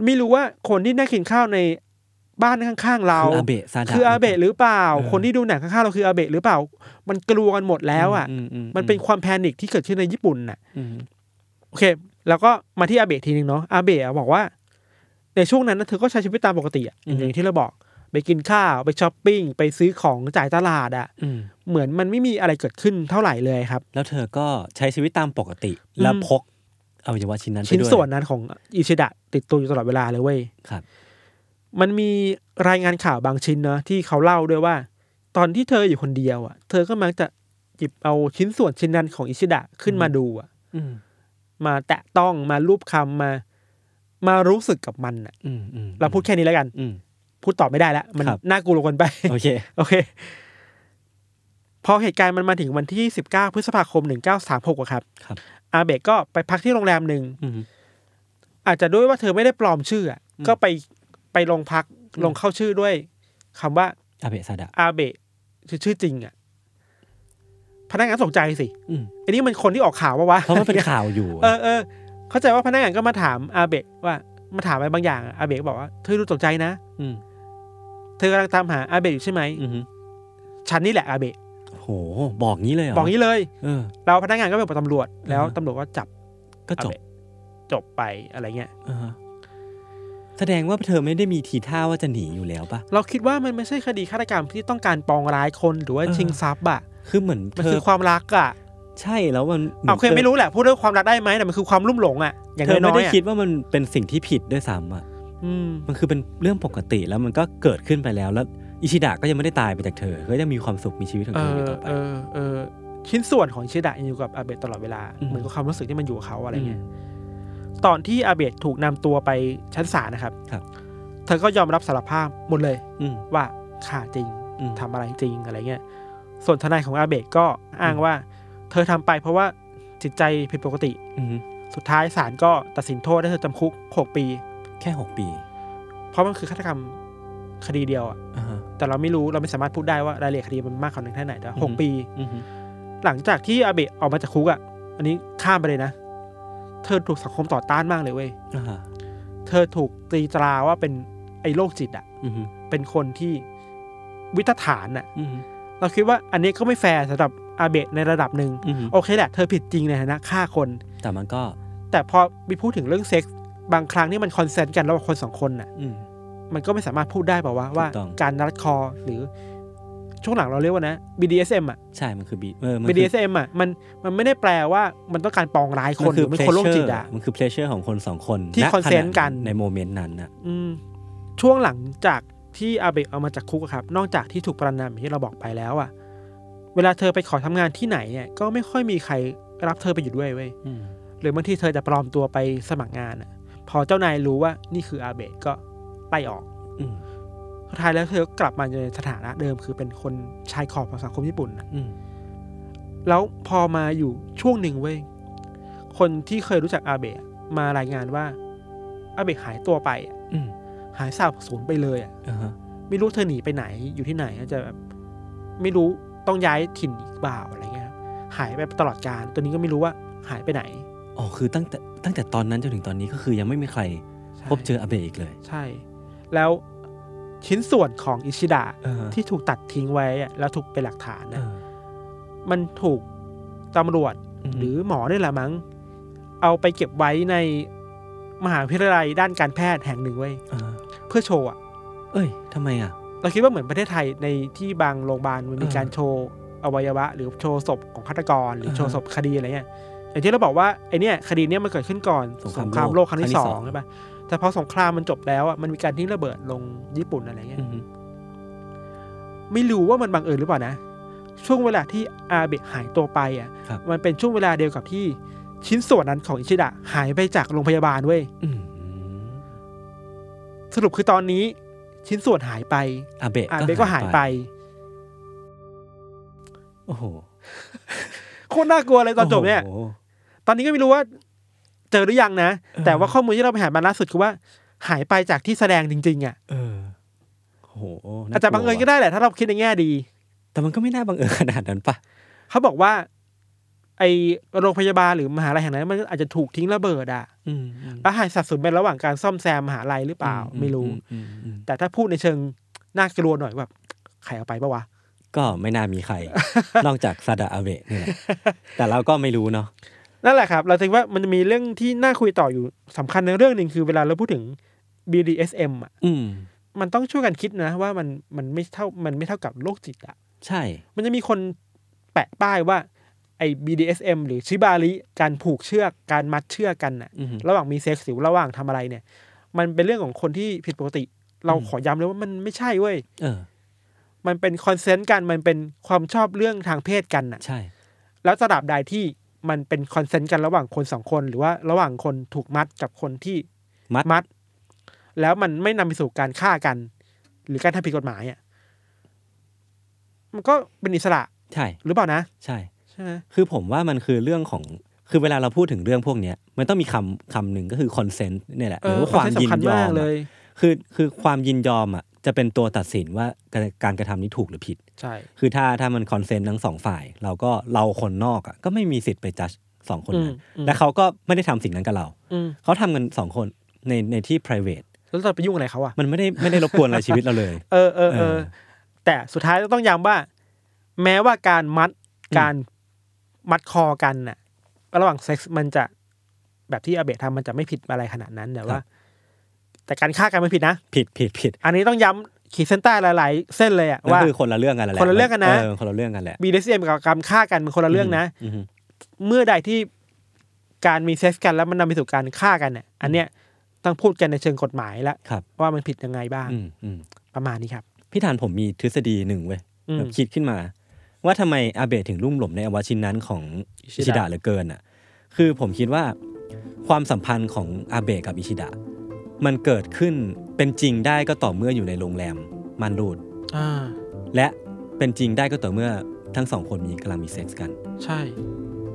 [SPEAKER 3] ไม่รู้ว่าคนที่นั่งกินข้าวในบ้านข้างๆเรา
[SPEAKER 2] คืออาเบะซาดะ
[SPEAKER 3] คืออาเบะหรือเปล่า
[SPEAKER 2] เออ
[SPEAKER 3] คนที่ดูหนังข้างๆเราคืออาเบะหรือเปล่า มันกลัวกันหมดแล้วอ่ะ
[SPEAKER 2] มอื
[SPEAKER 3] มันเป็นความแพนิคที่เกิดขึ้นในญี่ปุ่นน่ะ
[SPEAKER 2] อืม
[SPEAKER 3] โอเค แล้วก็มาที่อาเบะทีนึงเนาะอาเบะอะบอกว่า ในช่วงนั้นนะเธอก็ใช้ชีวิตตามปกติอะอย่างที่เราบอก ไปกินข้าว ไปช้อปปิ้ง ไปซื้อของจ่ายตลาดอะ
[SPEAKER 2] อืม
[SPEAKER 3] เหมือนมันไม่มีอะไรเกิดขึ้นเท่าไหร่เลยครับ
[SPEAKER 2] แล้วเธอก็ใช้ชีวิตตามปกติ แล้ว
[SPEAKER 3] อืม
[SPEAKER 2] พกอวัยวะชิ้นนั้นไปด้วย
[SPEAKER 3] ชิ้นส่วนนั้นของอิชิดะติดตัวอยู่ตลอดเวลาเลยเว้ย
[SPEAKER 2] ครับ
[SPEAKER 3] มันมีรายงานข่าวบางชิ้นเนาะที่เขาเล่าด้วยว่า ตอนที่เธออยู่คนเดียวอะเธอก็มักจะหยิบเอาชิ้นส่วนชิ้นนั้นของอิชิดะขึ้นมาดูอะ
[SPEAKER 2] อืม
[SPEAKER 3] มาแตะต้องมารูปคำมา มารู้สึกกับมันอะ
[SPEAKER 2] อืมอืม
[SPEAKER 3] เราพูดแค่นี้แล้วกัน
[SPEAKER 2] อืม
[SPEAKER 3] พูดตอบไม่ได้แล้ว มัน
[SPEAKER 2] ครับ
[SPEAKER 3] น่ากลัวเกันไป
[SPEAKER 2] โอเค
[SPEAKER 3] โอเค พ พอเหตุการณ์มันมาถึงวันที่ 19 พฤษภาคม 1936อะครับ
[SPEAKER 2] ครับ
[SPEAKER 3] อาเบะก็ไปพักที่โรงแรมหนึ่ง
[SPEAKER 2] อืม
[SPEAKER 3] อาจจะด้วยว่าเธอไม่ได้ปลอมชื่ออะ
[SPEAKER 2] อืม
[SPEAKER 3] ก็ไปไปลงพักลงเข้าชื่อด้วยคำว่า
[SPEAKER 2] อาเบะซาดะ
[SPEAKER 3] อาเบะคือชื่อจริงอ่ะ พนักงานตกใจสิ
[SPEAKER 2] อืม
[SPEAKER 3] อันนี้มันคนที่ออกข่าวว่าวะ
[SPEAKER 2] เพราะมันเป็นข่าวอยู่
[SPEAKER 3] เออเออเข้าใจว่าพนักงานก็มาถามอาเบะว่ามาถามอะไรบางอย่างอะอาเบะก็บอกว่าเธอดูตกใจนะ
[SPEAKER 2] อืม
[SPEAKER 3] เธอกำลังตามหาอาเบะอยู่ใช่ไหม
[SPEAKER 2] อืม
[SPEAKER 3] ฉันนี่แหละอาเบะ
[SPEAKER 2] โหบอกงี้เลยเหรอ
[SPEAKER 3] บอกงี้เลย
[SPEAKER 2] เออ
[SPEAKER 3] เราพนักงานก็ไปบอกตำรวจแล้ว
[SPEAKER 2] อ่าฮะ
[SPEAKER 3] ตำรวจก็จับ
[SPEAKER 2] ก็จบ
[SPEAKER 3] จบไปอะไรเงี้ย
[SPEAKER 2] อ่าฮะแสดงว่าเธอไม่ได้มีทีท่าว่าจะหนีอยู่แล้วปะ
[SPEAKER 3] เราคิดว่ามันไม่ใช่คดีฆาตกรรมที่ต้องการปองร้ายคนหรือว่า
[SPEAKER 2] เออ
[SPEAKER 3] ชิงทรัพย์อะ
[SPEAKER 2] คือเหมือน
[SPEAKER 3] มัน
[SPEAKER 2] เธ
[SPEAKER 3] คืออความรักอ่ะ
[SPEAKER 2] ใช่แล้วมันหน
[SPEAKER 3] เอาโอเคยไม่รู้แหละพูดด้วยความรักได้ไหมแต่มันคือความลุ่มหลงอ่ะ อย่าง
[SPEAKER 2] เธ
[SPEAKER 3] น้
[SPEAKER 2] อไม่
[SPEAKER 3] อ
[SPEAKER 2] ได้
[SPEAKER 3] ยๆอ่ะ
[SPEAKER 2] คิดว่ามันเป็นสิ่งที่ผิดด้วยซ้ำอ่ะ
[SPEAKER 3] อืม
[SPEAKER 2] มันคือเป็นเรื่องปกติแล้วมันก็เกิดขึ้นไปแล้วแล้วอิชิดะก็ยังไม่ได้ตายไปจากเธอก็ยังมีความสุขมีชีวิตของ
[SPEAKER 3] เอ
[SPEAKER 2] เธออ
[SPEAKER 3] อยู่
[SPEAKER 2] ต่อไป
[SPEAKER 3] เออเออชิ้นส่วนของอิชิดะยังอยู่กับอาเบะตลอดเวลา
[SPEAKER 2] อืม
[SPEAKER 3] เหมือนกับความรู้สึกที่มันอยู่กับเขาอะไรเงี้ย
[SPEAKER 2] ม
[SPEAKER 3] ตอนที่อาเบะถูกนำตัวไปชั้นศาลนะครับ
[SPEAKER 2] ครับ
[SPEAKER 3] เธอก็ยอมรับสารภาพหมดเลย
[SPEAKER 2] อืม
[SPEAKER 3] ว่าฆ่าจริง
[SPEAKER 2] อืม
[SPEAKER 3] ทำอะไรจริงอะไรเงี้ยส่วนทนายของอาเบะก็อ้างว่า เธอทำไปเพราะว่าจิตใจผิดปกติ
[SPEAKER 2] อืม
[SPEAKER 3] สุดท้ายศาลก็ตัดสินโทษให้เธอจำคุกหกปี
[SPEAKER 2] แค่หกปี
[SPEAKER 3] เพราะมันคือฆาตกรรมคดีเดียวอะ
[SPEAKER 2] อ่าฮะ
[SPEAKER 3] แต่เราไม่รู้เราไม่สามารถพูดได้ว่ารายละเอียดคดีมันมากขนาดไหนแค่ไหนแต่ว่า
[SPEAKER 2] อือฮึ
[SPEAKER 3] หกปี
[SPEAKER 2] อืม
[SPEAKER 3] หลังจากที่อาเบะออกมาจากคุกอ่ะ อันนี้ข้ามไปเลยนะ เธอถูกสังคมต่อต้านมากเลยเว้ย
[SPEAKER 2] อ่าฮะ
[SPEAKER 3] เธอถูกตีตราว่าเป็นไอ้โรคจิตอ่ะ
[SPEAKER 2] อืม
[SPEAKER 3] เป็นคนที่วิตฐานอ่ะ
[SPEAKER 2] อืม
[SPEAKER 3] เราคิดว่าอันนี้ก็ไม่แฟร์สำหรับอาเบะในระดับหนึ่ง
[SPEAKER 2] อืม
[SPEAKER 3] โอเคแหละเธอผิดจริงในฐานะฆ่าคน
[SPEAKER 2] แต่มันก็
[SPEAKER 3] แต่พอไปพูดถึงเรื่องเซ็กส์บางครั้งนี่มันคอนเซนต์กันระหว่างคนสองคนน่ะ
[SPEAKER 2] อืม
[SPEAKER 3] มันก็ไม่สามารถพูดได้เปล่าวะว่า
[SPEAKER 2] ถูกต้อง
[SPEAKER 3] การรัดคอหรือช่วงหลังเราเรียกว่านะ BDSM อ่ะ
[SPEAKER 2] ใช่มันคือบีเออมันคือ
[SPEAKER 3] BDSM อ่ะมันมันไม่ได้แปลว่ามันต้องการปองร้ายคนหรือมันคนโรคจิตอ่ะ
[SPEAKER 2] มันคือเพลเชอร์ของคนสองคน
[SPEAKER 3] ที่ consent กัน
[SPEAKER 2] ในโมเมนต์นั้นน่ะ
[SPEAKER 3] อืมช่วงหลังจากที่อาเบะเอามาจากคุกอะครับ นอกจากที่ถูกประนามอย่างที่เราบอกไปแล้วอ่ะ เวลาเธอไปขอทำงานที่ไหนเนี่ยก็ไม่ค่อยมีใครรับเธอไปอยู่ด้วยเว้ย
[SPEAKER 2] อืม
[SPEAKER 3] หรือบางทีเธอจะปลอมตัวไปสมัครงานอ่ะ พอเจ้านายรู้ว่านี่คืออาเบะก็ไล่ออก
[SPEAKER 2] อืม
[SPEAKER 3] สุดท้ายแล้วเธอก็กลับมาในสถานะเดิม คือเป็นคนชายขอบของสังคมญี่ปุ่นน่ะ
[SPEAKER 2] อืม
[SPEAKER 3] แล้วพอมาอยู่ช่วงหนึ่งเว้ย คนที่เคยรู้จักอาเบะมารายงานว่า อาเบะหายตัวไปอะ
[SPEAKER 2] อืม
[SPEAKER 3] หายสาบสูญไปเลยอะ
[SPEAKER 2] อ่าฮะ
[SPEAKER 3] ไม่รู้เธอหนีไปไหนอยู่ที่ไหนอาจจะแบบไม่รู้ต้องย้ายถิ่นอีกบ่าวอะไรเงี้ยครับหายไปตลอดการตัวนี้ก็ไม่รู้ว่าหายไปไหน
[SPEAKER 2] อ๋อคือตั้งแต่ตั้งแต่ตอนนั้นจนถึงตอนนี้ก็คือยังไม่มีใคร
[SPEAKER 3] ใช่
[SPEAKER 2] พบเจออาเบะอีกเลย
[SPEAKER 3] ใช่ แล้วชิ้นส่วนของอิชิดะ
[SPEAKER 2] อ่าฮะ
[SPEAKER 3] ที่ถูกตัดทิ้งไว้อะแล้วถูกเป็นหลักฐาน
[SPEAKER 2] อ่า
[SPEAKER 3] นะมันถูกตำรวจ
[SPEAKER 2] ม
[SPEAKER 3] หรือหมอนี่แหละมั้ง เอาไปเก็บไว้ในมหาวิทยาลัยด้านการแพทย์แห่งหนึ่งไว้ย
[SPEAKER 2] อ่าฮะ
[SPEAKER 3] เพื่อโชว์อะ
[SPEAKER 2] เอ้ยทำไมอ่ะ
[SPEAKER 3] เราคิดว่าเหมือนประเทศไทยในที่บางโรงพยาบาลมันมี
[SPEAKER 2] เออ
[SPEAKER 3] การโชว์อวัยวะ หรือโชว์ศพของฆาตกร หรือ
[SPEAKER 2] เออ
[SPEAKER 3] โชว์ศพคดีอะไรเงี้ยอย่างที่เราบอกว่าไอเนี่ยคดีเนี้ยมันเกิดขึ้นก่อน
[SPEAKER 2] สงคราม
[SPEAKER 3] โลกครั้งที่สอ
[SPEAKER 2] ครั้งที่ส
[SPEAKER 3] ง
[SPEAKER 2] อง
[SPEAKER 3] ใช่ปะแต่พอสงครามมันจบแล้วอะมันมีการทิ้งระเบิดลงญี่ปุ่นอะไรเงี้ย
[SPEAKER 2] อืม
[SPEAKER 3] ไม่รู้ว่ามันบังเอิญหรือเปล่านะ ช่วงเวลาที่อาเบะหายตัวไปอ่ะ
[SPEAKER 2] ครับ
[SPEAKER 3] มันเป็นช่วงเวลาเดียวกับที่ชิ้นส่วนนั้นของอิชิดะหายไปจากโรงพยาบาลเว้ย
[SPEAKER 2] อืม
[SPEAKER 3] สรุปคือตอนนี้ชิ้นส่วนหายไป
[SPEAKER 2] อาเบะ
[SPEAKER 3] อาเบะก็หายไป
[SPEAKER 2] โอ้โห
[SPEAKER 3] โคตรน่ากลัวเลยตอนจบเนี่ย
[SPEAKER 2] โอ้โห
[SPEAKER 3] ตอนนี้ก็ไม่รู้ว่าเจอหรือยังนะ
[SPEAKER 2] เออ
[SPEAKER 3] แต่ว่าข้อมูลที่เราไปหามาล่าสุดคือว่า หายไปจากที่แสดงจริง ๆ อ่ะ
[SPEAKER 2] เออโอ้โหน่
[SPEAKER 3] อาจจะบังเอิญก็ได้แหละ ถ้าเราคิดในแง่ดี
[SPEAKER 2] แต่มันก็ไม่น่าบังเอิญขนาดนั้นปะ
[SPEAKER 3] เขาบอกว่า ไอโรงพยาบาลหรือมหาลัยแห่งนั้น มันอาจจะถูกทิ้งระเบิดอ่ะ
[SPEAKER 2] อืม
[SPEAKER 3] แล้วหายสับสนไประหว่างการซ่อมแซมมหาลัยหรือเปล่า ไม่รู้
[SPEAKER 2] อืมอืม
[SPEAKER 3] แต่ถ้าพูดในเชิงน่ากลัวหน่อยแบบใครเอาไปปะวะ
[SPEAKER 2] ก็ไม่น่ามีใคร นอกจากซาดาอาเบะนี่แหละแต่เราก็ไม่รู้เนาะ
[SPEAKER 3] นั่นแหละครับ เราคิดว่ามันจะมีเรื่องที่น่าคุยต่ออยู่สำคัญในเรื่องหนึ่งคือเวลาเราพูดถึง BDSM อ่ะ
[SPEAKER 2] อืม
[SPEAKER 3] มันต้องช่วยกันคิดนะ ว่ามันมันไม่เท่ามันไม่เท่ากับโรคจิตอ่ะ
[SPEAKER 2] ใช่
[SPEAKER 3] มันจะมีคนแปะป้ายว่าไอ้ BDSM หรือชิบาริการผูกเชือกการมัดเชือกกันน่ะ
[SPEAKER 2] อืม
[SPEAKER 3] ระหว่างมีเซ็กซ์หรือระหว่างทำอะไรเนี่ย มันเป็นเรื่องของคนที่ผิดปกติ เรา
[SPEAKER 2] อืม
[SPEAKER 3] ขอย้ำเลยว่ามันไม่ใช่เว้ย
[SPEAKER 2] เออ
[SPEAKER 3] มันเป็นคอนเซนต์กันมันเป็นความชอบเรื่องทางเพศกันน่ะ
[SPEAKER 2] ใช่
[SPEAKER 3] แล้วตราบใดที่มันเป็นคอนเซนต์กันระหว่างคนสองคน หรือว่าระหว่างคนถูกมัดกับคนที่
[SPEAKER 2] มัด
[SPEAKER 3] มัด แล้วมันไม่นำไปสู่การฆ่ากัน หรือการทำผิดกฎหมายอ่ะมันก็เป็นอิสระ
[SPEAKER 2] ใช่
[SPEAKER 3] หรือเปล่านะ
[SPEAKER 2] ใช่
[SPEAKER 3] ใช่ไหม
[SPEAKER 2] คือผมว่ามันคือเรื่องของคือเวลาเราพูดถึงเรื่องพวกเนี้ยมันต้องมีคำคำหนึ่งก็คือ consent เนี่ยแหละหรือว่าความ
[SPEAKER 3] เออ
[SPEAKER 2] ยิน
[SPEAKER 3] สำคัญ
[SPEAKER 2] ยอ
[SPEAKER 3] มาก
[SPEAKER 2] ม
[SPEAKER 3] เล
[SPEAKER 2] อะ
[SPEAKER 3] ย
[SPEAKER 2] คือคือความยินยอมอ่ะจะเป็นตัวตัดสินว่าการการกระทำนี้ถูกหรือผิด
[SPEAKER 3] ใช่
[SPEAKER 2] คือถ้าถ้ามัน consent ทั้งสองฝ่าย เราก็เราคนนอกอ่ะก็ไม่มีสิทธิ์ไปจัดสองคนนั้น
[SPEAKER 3] อืมอืม
[SPEAKER 2] และเขาก็ไม่ได้ทำสิ่งนั้นกับเรา
[SPEAKER 3] อืม
[SPEAKER 2] เขาทำกันสองคนในในที่ private
[SPEAKER 3] แล้วเราไปยุ่งอะไรเขาอ่ะ
[SPEAKER 2] มันไม่ได้ไม่ได้รบกวนอะไรชีวิตเราเลย
[SPEAKER 3] เออเออเอ
[SPEAKER 2] เอ
[SPEAKER 3] อ
[SPEAKER 2] อ
[SPEAKER 3] แต่สุดท้ายก็ต้องย้ำว่า แม้ว่าการมัดการมัดคอกันน่ะ ระหว่างเซ็กซ์มันจะแบบที่อาเบะทำมันจะไม่ผิดอะไรขนาดนั้นแต่ว่า แต่การฆ่ากันไม่ผิดนะ
[SPEAKER 2] ผิดผิดผิด
[SPEAKER 3] อันนี้ต้องย้ำขีดเส้นใต้หลาย ๆ เส้นเลยอะ
[SPEAKER 2] นั่
[SPEAKER 3] ว่า
[SPEAKER 2] นคือคนละเรื่องกันแหละ
[SPEAKER 3] คนละเรื่องกันนะ
[SPEAKER 2] เออคนละเรื่องกันแหละ
[SPEAKER 3] บีเดซีเอ็มกับการฆ่ากันเป็นคนละเรื่องนะ
[SPEAKER 2] อือฮึ
[SPEAKER 3] เมื่อใดที่การมีเซ็กซ์กันแล้วมันนำไปสู่การฆ่ากันเนี่ยอันเนี้ยต้องพูดกันในเชิงกฎหมายแล้ว
[SPEAKER 2] ครับ
[SPEAKER 3] ว่ามันผิดยังไงบ้าง
[SPEAKER 2] อืมอืม
[SPEAKER 3] ประมาณนี้ครับ
[SPEAKER 2] พี่ธานผมมีทฤษฎีหนึ่งเว้ย
[SPEAKER 3] อืม
[SPEAKER 2] แบบคิดขึ้นมา ว่าทำไมอาเบะถึงลุ่มหลงในอวชินนั้นของ
[SPEAKER 3] อิ
[SPEAKER 2] อิ
[SPEAKER 3] ชิ
[SPEAKER 2] ชิ
[SPEAKER 3] ดะ
[SPEAKER 2] ดะเหลือเกินอ่ะ คือผมคิดว่าความสัมพันธ์ของอาเบะกับอิชิดะ มันเกิดขึ้นเป็นจริงได้ก็ต่อเมื่ออยู่ในโรงแรมมานรูด
[SPEAKER 3] อ่า
[SPEAKER 2] และเป็นจริงได้ก็ต่อเมื่อทั้งสองคนมีกำลังมีเซ็กซ์กัน
[SPEAKER 3] ใช่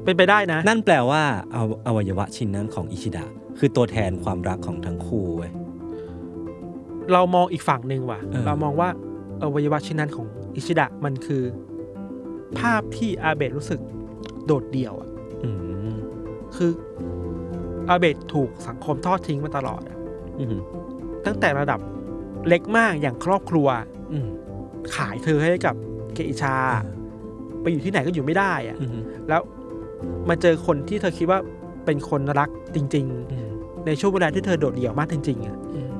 [SPEAKER 3] เป็นไปได้นะ
[SPEAKER 2] นั่นแปลว่าอวอวัยวะชิ้นนั้นของอิชิดะ คือตัวแทนความรักของทั้งคู่เว้ย
[SPEAKER 3] เรามองอีกฝั่งหนึ่งว่ะ
[SPEAKER 2] เออ
[SPEAKER 3] เรามองว่าอวัยวะชิ้นนั้นของอิชิดะมันคือ ภาพที่อาเบะรู้สึกโดดเดี่ยวอะ
[SPEAKER 2] อืม
[SPEAKER 3] คืออาเบะถูกสังคมทอดทิ้งมาตลอดอะ
[SPEAKER 2] อืม
[SPEAKER 3] ตั้งแต่ระดับเล็กมากอย่างครอบครัว
[SPEAKER 2] อืม
[SPEAKER 3] ขายเธอให้กับเกอิชา ไปอยู่ที่ไหนก็อยู่ไม่ได้อะ
[SPEAKER 2] อืม
[SPEAKER 3] แล้วมาเจอคนที่เธอคิดว่าเป็นคนรักจริง
[SPEAKER 2] อืม
[SPEAKER 3] ๆ ในช่วงเวลาที่เธอโดดเดี่ยวมากจริงๆอะ
[SPEAKER 2] อืม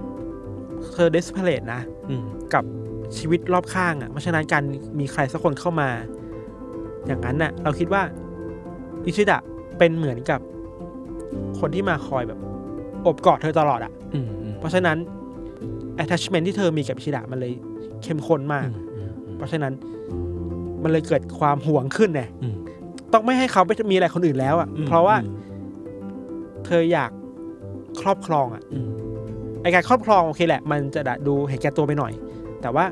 [SPEAKER 3] เธอเดสเพลตนะ
[SPEAKER 2] อืม
[SPEAKER 3] กับชีวิตรอบข้างอะ่ะ เพราะฉะนั้นการมีใครสักคนเข้ามา อย่างนั้นน่ะ เราคิดว่าอิชิดะเป็นเหมือนกับคนที่มาคอยแบบอบกอดเธอตลอดอะ่ะ
[SPEAKER 2] อืมอืม
[SPEAKER 3] เพราะฉะนั้น attachment ที่เธอมีกับอิชิดะมันเลยเข้มข้นมาก เพราะฉะนั้นมันเลยเกิดความหวงขึ้นไง
[SPEAKER 2] อืม
[SPEAKER 3] ต้องไม่ให้เขาไปมีอะไรคนอื่นแล้วอะ่ะ เพราะว่าเธออยากครอบครองอ่ะ
[SPEAKER 2] อืม
[SPEAKER 3] ไอการครอบครองโอเคแหละ มันจะดูเห็นแก่ตัวไปหน่อย แต่ว่า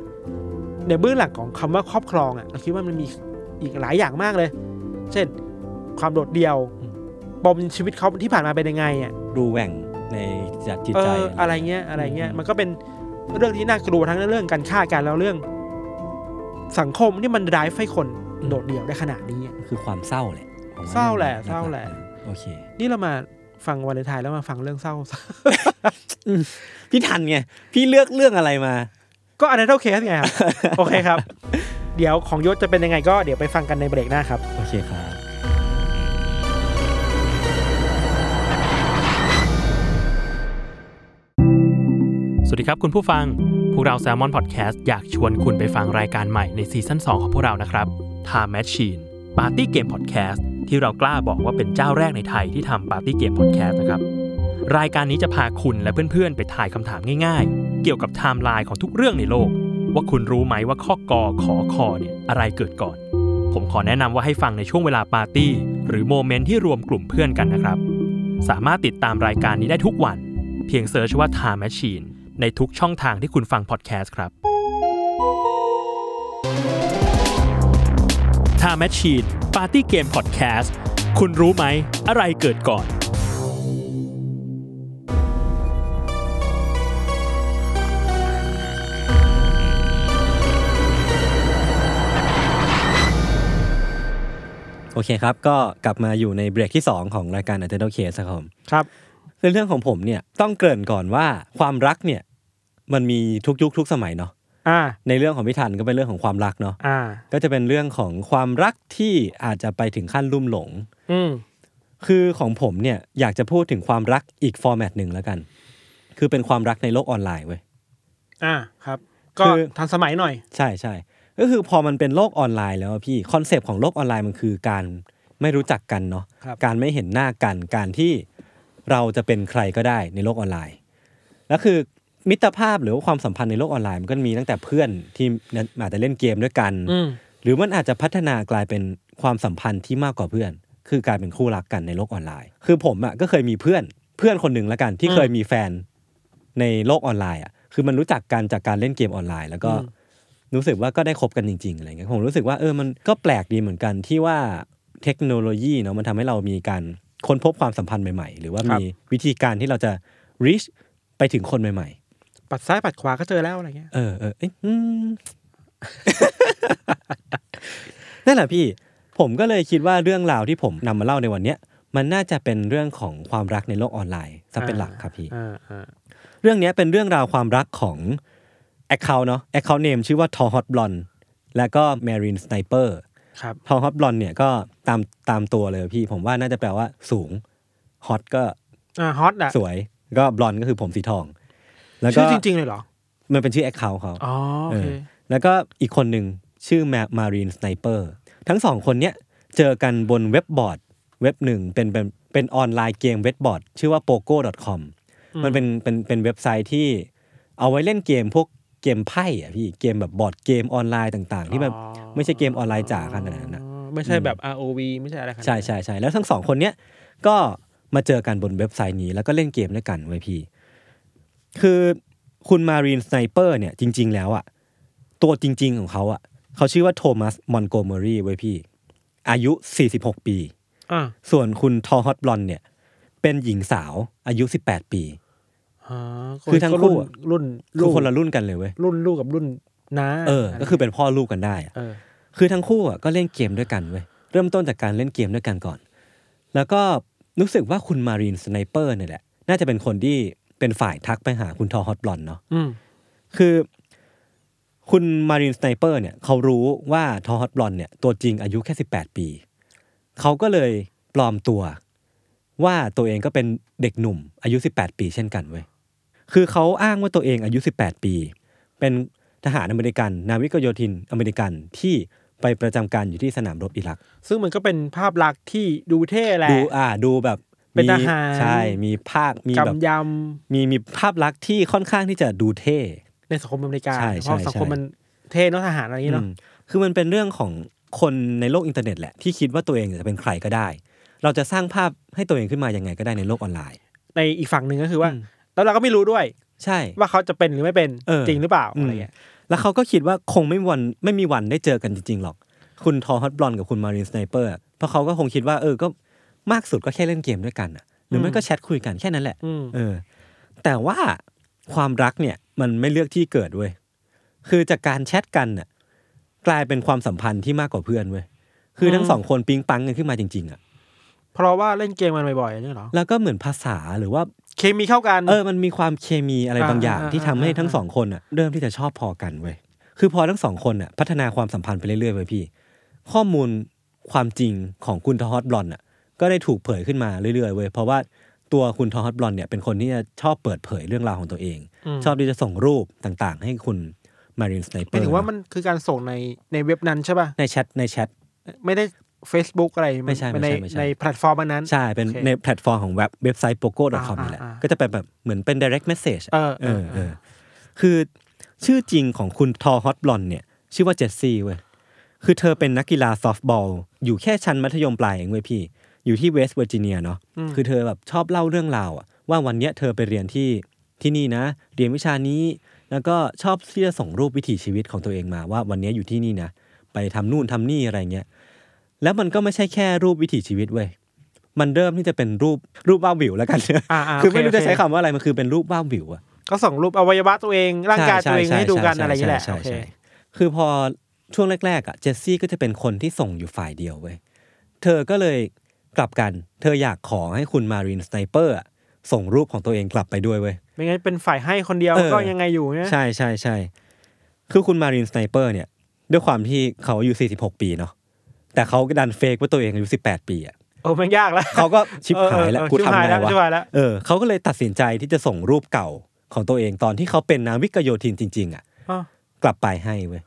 [SPEAKER 3] ในเบื้องหลังของคำว่าครอบครองอะ่ะเราคิดว่ามันมีอีกหลายอย่างมากเลย เช่น ความโดดเดี่ยว
[SPEAKER 2] อืม
[SPEAKER 3] ปมชีวิตเขาที่ผ่านมาเป็นยังไงอะ่ะ
[SPEAKER 2] ดูแหว่งในจิตจิต
[SPEAKER 3] เอ
[SPEAKER 2] ใจ
[SPEAKER 3] ออะไรเงี้ยอะไรเงี้ยมันก็เป็นเรื่องที่น่ากลัวทั้งเรื่องการฆ่ากันแล้วเรื่อง สังคมที่มันร้ายให้คน
[SPEAKER 2] อืม
[SPEAKER 3] โดดเดี่ยวได้ขนาดนี้อะ
[SPEAKER 2] คือความเศร้าแหละผมว่
[SPEAKER 3] เศร้าแหละ
[SPEAKER 2] น่จ
[SPEAKER 3] เศร้าแหละ
[SPEAKER 2] โอเค
[SPEAKER 3] นี่เรามาฟังวันเลนไทน์แล้วมาฟังเรื่องเศร้า
[SPEAKER 2] พี่ทันไง พี่เลือกเรื่องอะไรมา
[SPEAKER 3] ก็อันนั้นเท่าเคสไงครับ โอเคครับ เดี๋ยวของยศจะเป็นยังไงก็เดี๋ยวไปฟังกันในเบรกหน้าครับ
[SPEAKER 2] โอเคครับ
[SPEAKER 4] สวัสดีครับคุณผู้ฟัง พวกเรา s ซ l m o n Podcast อยากชวนคุณไปฟังรายการใหม่ในซีซั่น2 ของพวกเรานะครับ Time Machine Party Game Podcast ที่เรากล้าบอกว่าเป็นเจ้าแรกในไทยที่ทำ Party Game Podcast นะครับ รายการนี้จะพาคุณและเพื่อนๆ ไปถ่ายคำถามง่ายๆ เกี่ยวกับไทม์ไลน์ของทุกเรื่องในโลก ว่าคุณรู้ไหมว่าข้อกอขอคอเนี่ยอะไรเกิดก่อน ผมขอแนะนำว่าให้ฟังในช่วงเวลาปาร์ตี้ หรือโมเมนต์ที่รวมกลุ่มเพื่อนกันนะครับ สามารถติดตามรายการนี้ได้ทุกวัน เพียงเซิร์ชว่า Time Machine ในทุกช่องทางที่คุณฟังพอดแคสต์ครับ Time Machine Party Game Podcast คุณรู้ไหม อะไรเกิดก่อน
[SPEAKER 2] โอเคครับ ก็กลับมาอยู่ในเบรกที่ 2 ของรายการ a t t e n d a l Case ครับผม
[SPEAKER 3] ครับ
[SPEAKER 2] คือเรื่องของผมเนี่ยต้องเกริ่นก่อนว่าความรักเนี่ย มันมีทุกยุคทุกสมัยเนาะ
[SPEAKER 3] อ่า
[SPEAKER 2] ในเรื่องของพี่ทันก็เป็นเรื่องของความรักเนาะ
[SPEAKER 3] อ่า
[SPEAKER 2] ก็จะเป็นเรื่องของความรักที่อาจจะไปถึงขั้นลุ่มหลง
[SPEAKER 3] อืม
[SPEAKER 2] คือของผมเนี่ยอยากจะพูดถึงความรักอีกฟอร์แมตหนึ่งแล้วกัน คือเป็นความรักในโลกออนไลน์เว้ย
[SPEAKER 3] อ่า ครับ ก็
[SPEAKER 2] คือ
[SPEAKER 3] ทันสมัยหน่อย
[SPEAKER 2] ใช่ใช่ก็คือพอมันเป็นโลกออนไลน์แล้วอะพี่คอนเซปต์ของโลกออนไลน์มันคือการไม่รู้จักกันเนาะ
[SPEAKER 3] ครับ
[SPEAKER 2] การไม่เห็นหน้ากันการที่เราจะเป็นใครก็ได้ในโลกออนไลน์แล้วคือมิตรภาพหรือว่าความสัมพันธ์ในโลกออนไลน์มันก็มีตั้งแต่เพื่อนที่อาจจะเล่นเกมด้วยกัน
[SPEAKER 3] อืม
[SPEAKER 2] หรือมันอาจจะพัฒนากลายเป็นความสัมพันธ์ที่มากกว่าเพื่อน คือกลายเป็นคู่รักกันในโลกออนไลน์ คือผมอะ่ะก็เคยมีเพื่อนเพื่อนคนหนึ่งละกันที่
[SPEAKER 3] อืม
[SPEAKER 2] เคยมีแฟนในโลกออนไลน์อะ่ะ คือมันรู้จักกันจากการเล่นเกมออนไลน์ แล้วก็
[SPEAKER 3] อืม
[SPEAKER 2] รู้สึกว่าก็ได้คบกันจริงๆอะไรเงี้ยผมรู้สึกว่าเออมันก็แปลกดีเหมือนกันที่ว่าเทคโนโลยีเนาะมันทำให้เรามีการค้นพบความสัมพันธ์ใหม่ ๆ หรือว่า
[SPEAKER 3] ครับ
[SPEAKER 2] มีวิธีการที่เราจะ reach ไปถึงคนใหม่ ๆ
[SPEAKER 3] ปัดซ้ายปัดขวาก็เจอแล้วอะไรเงี้ย
[SPEAKER 2] เออเออเอยอืม นั่นแหละพี่ ผมก็เลยคิดว่าเรื่องราวที่ผมนำมาเล่าในวันเนี้ยมันน่าจะเป็นเรื่องของความรักในโลกออนไลน์ซะเป็นหลักครับพี่
[SPEAKER 3] อ่าอ่า
[SPEAKER 2] เรื่องเนี้ยเป็นเรื่องราวความรักของ Account เนาะ Account name ชื่อว่า t o Hot Blonde และก็ Marine Sniper
[SPEAKER 3] ครับ
[SPEAKER 2] ทอฮอตบลอนเนี่ยก็ตามตามตัวเลยพี่ ผมว่าน่าจะแปลว่าสูงฮอตก็
[SPEAKER 3] อ่าฮอตอ่ะ
[SPEAKER 2] สวยก็บลอนก็คือผมสีทอง แล้วก็
[SPEAKER 3] ชื่อจริง ๆ เลยเหรอ
[SPEAKER 2] มันเป็นชื่อ Account เขา
[SPEAKER 3] อ๋อโอ
[SPEAKER 2] เอ
[SPEAKER 3] เค
[SPEAKER 2] อแล้วก็อีกคนหนึ่งชื่อแมมารีนสไนเปอร์ทั้งสองคนเนี้ยเจอกันบนเว็บบอร์ดเว็บหนึ่งเป็นเป็นเป็นออนไลน์เกมเว็บบอร์ดชื่อว่า pogo com มันเป็นเป็นเป็นเว็บไซต์ที่เอาไว้เล่นเกมพวกเกมไพ่อะพี่เกมแบบบอร์ดเกมออนไลน์ต่างๆ ที่แบบ
[SPEAKER 3] อ๋อ
[SPEAKER 2] ไม่ใช่เกมออนไลน์จ๋าขนาดนั้นอะ
[SPEAKER 3] อ๋อไม่ใช่แบบ ROV ไม่ใช่อะไรขนาดนั้น
[SPEAKER 2] ใช่ใช่ใช่แล้วทั้งสองคนเนี้ยก็มาเจอกันบนเว็บไซต์นี้แล้วก็เล่นเกมด้วยกันไว้ยพี่ คือคุณมารีนสไนเปอร์เนี่ยจริง ๆ แล้วอะตัวจริง ๆ ของเขาอะเขาชื่อว่าโทมัสมอนโกเมอรี่ไว้ยพี่ อายุ 46 ปี
[SPEAKER 3] อ่า
[SPEAKER 2] ส่วนคุณทอฮอตบลอนเนี่ยเป็นหญิงสาวอายุ 18 ปี
[SPEAKER 3] อ๋อ
[SPEAKER 2] คือทั้งคู่อะ
[SPEAKER 3] รุ่น
[SPEAKER 2] คือคนละรุ่นกันเลยเว้ย
[SPEAKER 3] รุ่นลูกกับรุ่นน้า
[SPEAKER 2] เออ ก็คือเป็นพ่อลูกกันได้อะ
[SPEAKER 3] เออ
[SPEAKER 2] คือทั้งคู่อ่ะก็เล่นเกมด้วยกันเว้ยเริ่มต้นจากการเล่นเกมด้วยกันก่อน แล้วก็รู้สึกว่าคุณมารีนสไนเปอร์เนี่ยแหละ น่าจะเป็นคนที่เป็นฝ่ายทักไปหาคุณทอฮอตบลอนเนาะ
[SPEAKER 3] อืม
[SPEAKER 2] คือคุณมารีนสไนเปอร์เนี่ยเขารู้ว่าทอฮอตบลอนเนี่ยตัวจริงอายุแค่ 18 ปี เขาก็เลยปลอมตัว ว่าตัวเองก็เป็นเด็กหนุ่มอายุ 18 ปีเช่นกันเว้ยคือเขาอ้างว่าตัวเองอายุ 18 ปี เป็นทหารอเมริกัน นาวิกโยธินอเมริกันที่ไปประจำการอยู่ที่สนามรบอิรัก
[SPEAKER 3] ซึ่งมันก็เป็นภาพลักษณ์ที่ดูเท่แหละ
[SPEAKER 2] ดูอ่าดูแบบ
[SPEAKER 3] เป็น
[SPEAKER 2] มี
[SPEAKER 3] ทหาร
[SPEAKER 2] ใช่มีภาคมีแบบ
[SPEAKER 3] กำย
[SPEAKER 2] มีมีภาพลักษณ์ที่ค่อนข้างที่จะดูเท่
[SPEAKER 3] ำในสังคมอเมริกา
[SPEAKER 2] ใช่
[SPEAKER 3] เพราะ
[SPEAKER 2] ใช่
[SPEAKER 3] สังคม
[SPEAKER 2] ใช่
[SPEAKER 3] มันเท่เนอะทหารอะไรอย่างเงี้ยเนาะ
[SPEAKER 2] อืมคือมันเป็นเรื่องของคนในโลกอินเทอร์เน็ตแหละที่คิดว่าตัวเองจะเป็นใครก็ได้ เราจะสร้างภาพให้ตัวเองขึ้นมายังไงก็ได้ในโลกออนไลน์
[SPEAKER 3] ในอีกฝั่งหนึ่งก็คือว่า
[SPEAKER 2] อืม
[SPEAKER 3] แล้วเราก็ไม่รู้ด้วย
[SPEAKER 2] ใช่
[SPEAKER 3] ว่าเขาจะเป็นหรือไม่เป็น
[SPEAKER 2] เออ
[SPEAKER 3] จริงหรือเปล่าอะไรเงี้ย
[SPEAKER 2] แล้วเขาก็คิดว่าคงไม่มีวันไม่มีวันได้เจอกันจริงๆหรอก คุณทอฮอตบลอนกับคุณมารินสไนเปอร์เพราะเขาก็คงคิดว่าเออก็มากสุดก็แค่เล่นเกมด้วยกันอะหรือไม่ก็แชทคุยกันแค่นั้นแหละ
[SPEAKER 3] อืม
[SPEAKER 2] เออ แต่ว่าความรักเนี่ยมันไม่เลือกที่เกิดเว้ย คือจากการแชทกันน่ะกลายเป็นความสัมพันธ์ที่มากกว่าเพื่อนเว้ย คือทั้งสองคนปิ๊งปังกันขึ้นมาจริง ๆอะ
[SPEAKER 3] เพราะว่าเล่นเกมกันบ่อยๆเนี่ยเหรอ
[SPEAKER 2] แล้วก็เหมือนภาษาหรือว่า
[SPEAKER 3] เคมีเข้ากัน
[SPEAKER 2] เออ มันมีความเคมีอะไรบางอย่าง
[SPEAKER 3] อ่า
[SPEAKER 2] ที่ทำให้
[SPEAKER 3] อ่า
[SPEAKER 2] ทั้งสองคนอ่ะเริ่มที่จะชอบพอกันเว้ย คือพอทั้งสองคนอ่ะพัฒนาความสัมพันธ์ไปเรื่อยๆเว้ยพี่ ข้อมูลความจริงของคุณทอฮอตบลอนอ่ะ ก็ได้ถูกเผยขึ้นมาเรื่อยๆเว้ย เพราะว่าตัวคุณทอฮอตบลอนเนี่ยเป็นคนที่จะชอบเปิดเผยเรื่องราวของตัวเอง ชอบที่จะส่งรูปต่างๆ ให้คุณมารินสไน
[SPEAKER 3] ห
[SPEAKER 2] เปอ
[SPEAKER 3] มาย
[SPEAKER 2] ร์
[SPEAKER 3] ถึงว่ามันคือการส่งในในเว็บนั้นใช่ป่ะ
[SPEAKER 2] ในแชทในแชท
[SPEAKER 3] ไม่ได้ Facebook อะไรน
[SPEAKER 2] ไม่ใช่ไม่ใช่ไม่ใช่
[SPEAKER 3] ในแพลตฟอร์มอันนั้น
[SPEAKER 2] ใช่ เป็น
[SPEAKER 3] โอเค
[SPEAKER 2] ในแพลตฟอร์มของเว็บเว็บไซต์ pogo.com
[SPEAKER 3] อ่า
[SPEAKER 2] นี่แหละ
[SPEAKER 3] อ่าอ่า
[SPEAKER 2] ก็จะเป็นแบบเหมือนเป็น direct message ะ
[SPEAKER 3] เออเอ
[SPEAKER 2] เอ
[SPEAKER 3] อ
[SPEAKER 2] อ
[SPEAKER 3] เออ
[SPEAKER 2] เออ คือชื่อจริงของคุณทอฮอตบลอนเนี่ย ชื่อว่าเจสซี่เว้ย คือเธอเป็นนักกีฬาซอฟต์บอล อยู่แค่ชั้นมัธยมปลายเองเว้ยพี่ อยู่ที่เวสต์เวอร์จิเนียเนาะ คือเธอแบบชอบเล่าเรื่องราวอะว่าวันเนี้ยเธอไปเรียนที่ที่นี่นะ เรียนวิชานี้ แล้วก็ชอบที่จะส่งรูปวิถีชีวิตของตัวเองมาว่าวันเนี้ยอยู่ที่นี่นะ ไปทำนู่นทำนี่อะไรเงี้ย แล้วมันก็ไม่ใช่แค่รูปวิถีชีวิตเว้ย มันเริ่มที่จะเป็นรูปรูปว้าบวิวแล้วกัน
[SPEAKER 3] อ่าๆ
[SPEAKER 2] คือไม่รู้
[SPEAKER 3] โอเค
[SPEAKER 2] จะใช้คำว่าอะไร มันคือเป็นรูปว้าบวิวอะ
[SPEAKER 3] ก็ส่งรูปอวัยวะตัวเองร่างกายตัวเอง
[SPEAKER 2] ช่
[SPEAKER 3] ให้ดูกัน
[SPEAKER 2] ช่
[SPEAKER 3] อะไรอย่างเงี้ยแหละ
[SPEAKER 2] ใช่
[SPEAKER 3] โอเค
[SPEAKER 2] ใช่ใช่คือพอช่วงแรกๆอ่ะเจสซี่ก็จะเป็นคนที่ส่งอยู่ฝ่ายเดียวเว้ย เธอก็เลยกลับกัน เธออยากขอให้คุณมารีนสไนเปอร์ส่งรูปของตัวเองกลับไปด้วยเว้ย
[SPEAKER 3] ไม่งั้นเป็นฝ่ายให้คนเดียว
[SPEAKER 2] เออ
[SPEAKER 3] ก็ยังไงอยู่เนี่ย
[SPEAKER 2] ใช่ใช่ใช่ คือคุณมารีนสไนเปอร์เนี่ย ด้วยความที่เขาอายุ 46 ปีเนาะ แต่เขาก็ดันเฟกว่าตัวเองอายุ 18 ปีอ่ะ
[SPEAKER 3] โอ้แมันยากแล้ว
[SPEAKER 2] เขาก็ชิบหายแล้ว
[SPEAKER 3] เออเออ
[SPEAKER 2] กูทำไง
[SPEAKER 3] ชิบหายแล้ว
[SPEAKER 2] วะ เออเขาก็เลยตัดสินใจที่จะส่งรูปเก่าของตัวเองตอนที่เขาเป็นนาวิกโยธินจริงๆอ่ะ
[SPEAKER 3] อ้าว
[SPEAKER 2] กลับไปให้เว้ย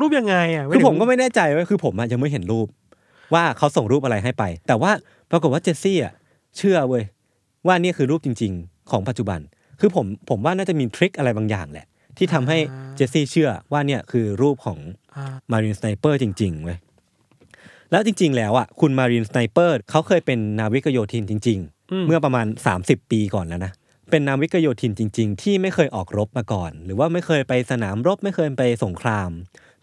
[SPEAKER 3] รูปยังไงอ่ะ
[SPEAKER 2] คือผมก็
[SPEAKER 3] ไ
[SPEAKER 2] ไม่แน่ใจเว่าคือผมอะยังไม่เห็นรูป ว่าเขาส่งรูปอะไรให้ไป แต่ว่าปรากฏว่าเจสซี่อะเชื่อเว้ยว่านี่คือรูปจริง ๆ ของปัจจุบัน คือผมผมว่าน่าจะมีทริคอะไรบางอย่างแหละ ที่ทำให้เจสซี่เชื่อว่าเนี่ยคือรูปของ
[SPEAKER 3] อ่า
[SPEAKER 2] มารินสไนเปอร์จริงๆเว้ยแล้วจริง ๆ แล้วอ่ะคุณมารินสไนเปอร์เขาเคยเป็นนาวิกโยธินจริง ๆ เมื่อประมาณ 30 ปีก่อนแล้วนะ เป็นนาวิกโยธินจริง ๆ ที่ไม่เคยออกรบมาก่อน หรือว่าไม่เคยไปสนามรบไม่เคยไปสงคราม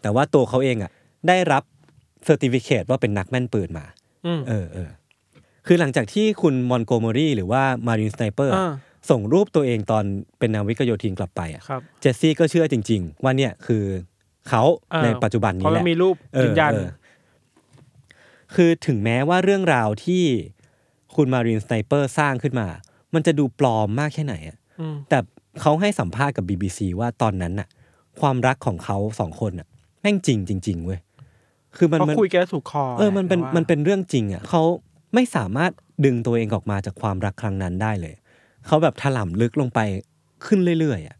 [SPEAKER 2] แต่ว่าตัวเขาเองอ่ะได้รับเซอร์ติฟิเคตว่าเป็นนักแม่นปืนมา
[SPEAKER 3] อืม
[SPEAKER 2] เออเออคือหลังจากที่คุณมอนโกเมอรี่หรือว่ามารินสไนเปอร์
[SPEAKER 3] อ่า
[SPEAKER 2] ส่งรูปตัวเองตอนเป็นนาวิกโยธินกลับไปอ่ะ
[SPEAKER 3] ครับ
[SPEAKER 2] เจสซี่ก็เชื่อจริง ๆ ว่าเนี่ยคือเขา
[SPEAKER 3] เออ
[SPEAKER 2] ในปัจจุบัน
[SPEAKER 3] เพ
[SPEAKER 2] นี้
[SPEAKER 3] ราะ
[SPEAKER 2] แห
[SPEAKER 3] มั
[SPEAKER 2] ละ
[SPEAKER 3] นมีรูป
[SPEAKER 2] เออ
[SPEAKER 3] ยืนยัน
[SPEAKER 2] เออคือถึงแม้ว่าเรื่องราวที่คุณมารินสไนเปอร์สร้างขึ้นมา มันจะดูปลอมมากแค่ไหนอะ
[SPEAKER 3] ม
[SPEAKER 2] แต่เขาให้สัมภาษณ์กับ BBC ว่าตอนนั้นน่ะ ความรักของเขาสองคนน่ะ แม่งจริงจริงๆเว้ยคือมัน
[SPEAKER 3] เขา
[SPEAKER 2] มัน
[SPEAKER 3] คุยกันแล้วถูกคอ
[SPEAKER 2] เออมันเป็น
[SPEAKER 3] แต่ว่า
[SPEAKER 2] มันเป็นเรื่องจริงอ่ะเขาไม่สามารถดึงตัวเองออกมาจากความรักครั้งนั้นได้เลย เขาแบบถล่ำลึกลงไปขึ้นเรื่อยๆอ่ะ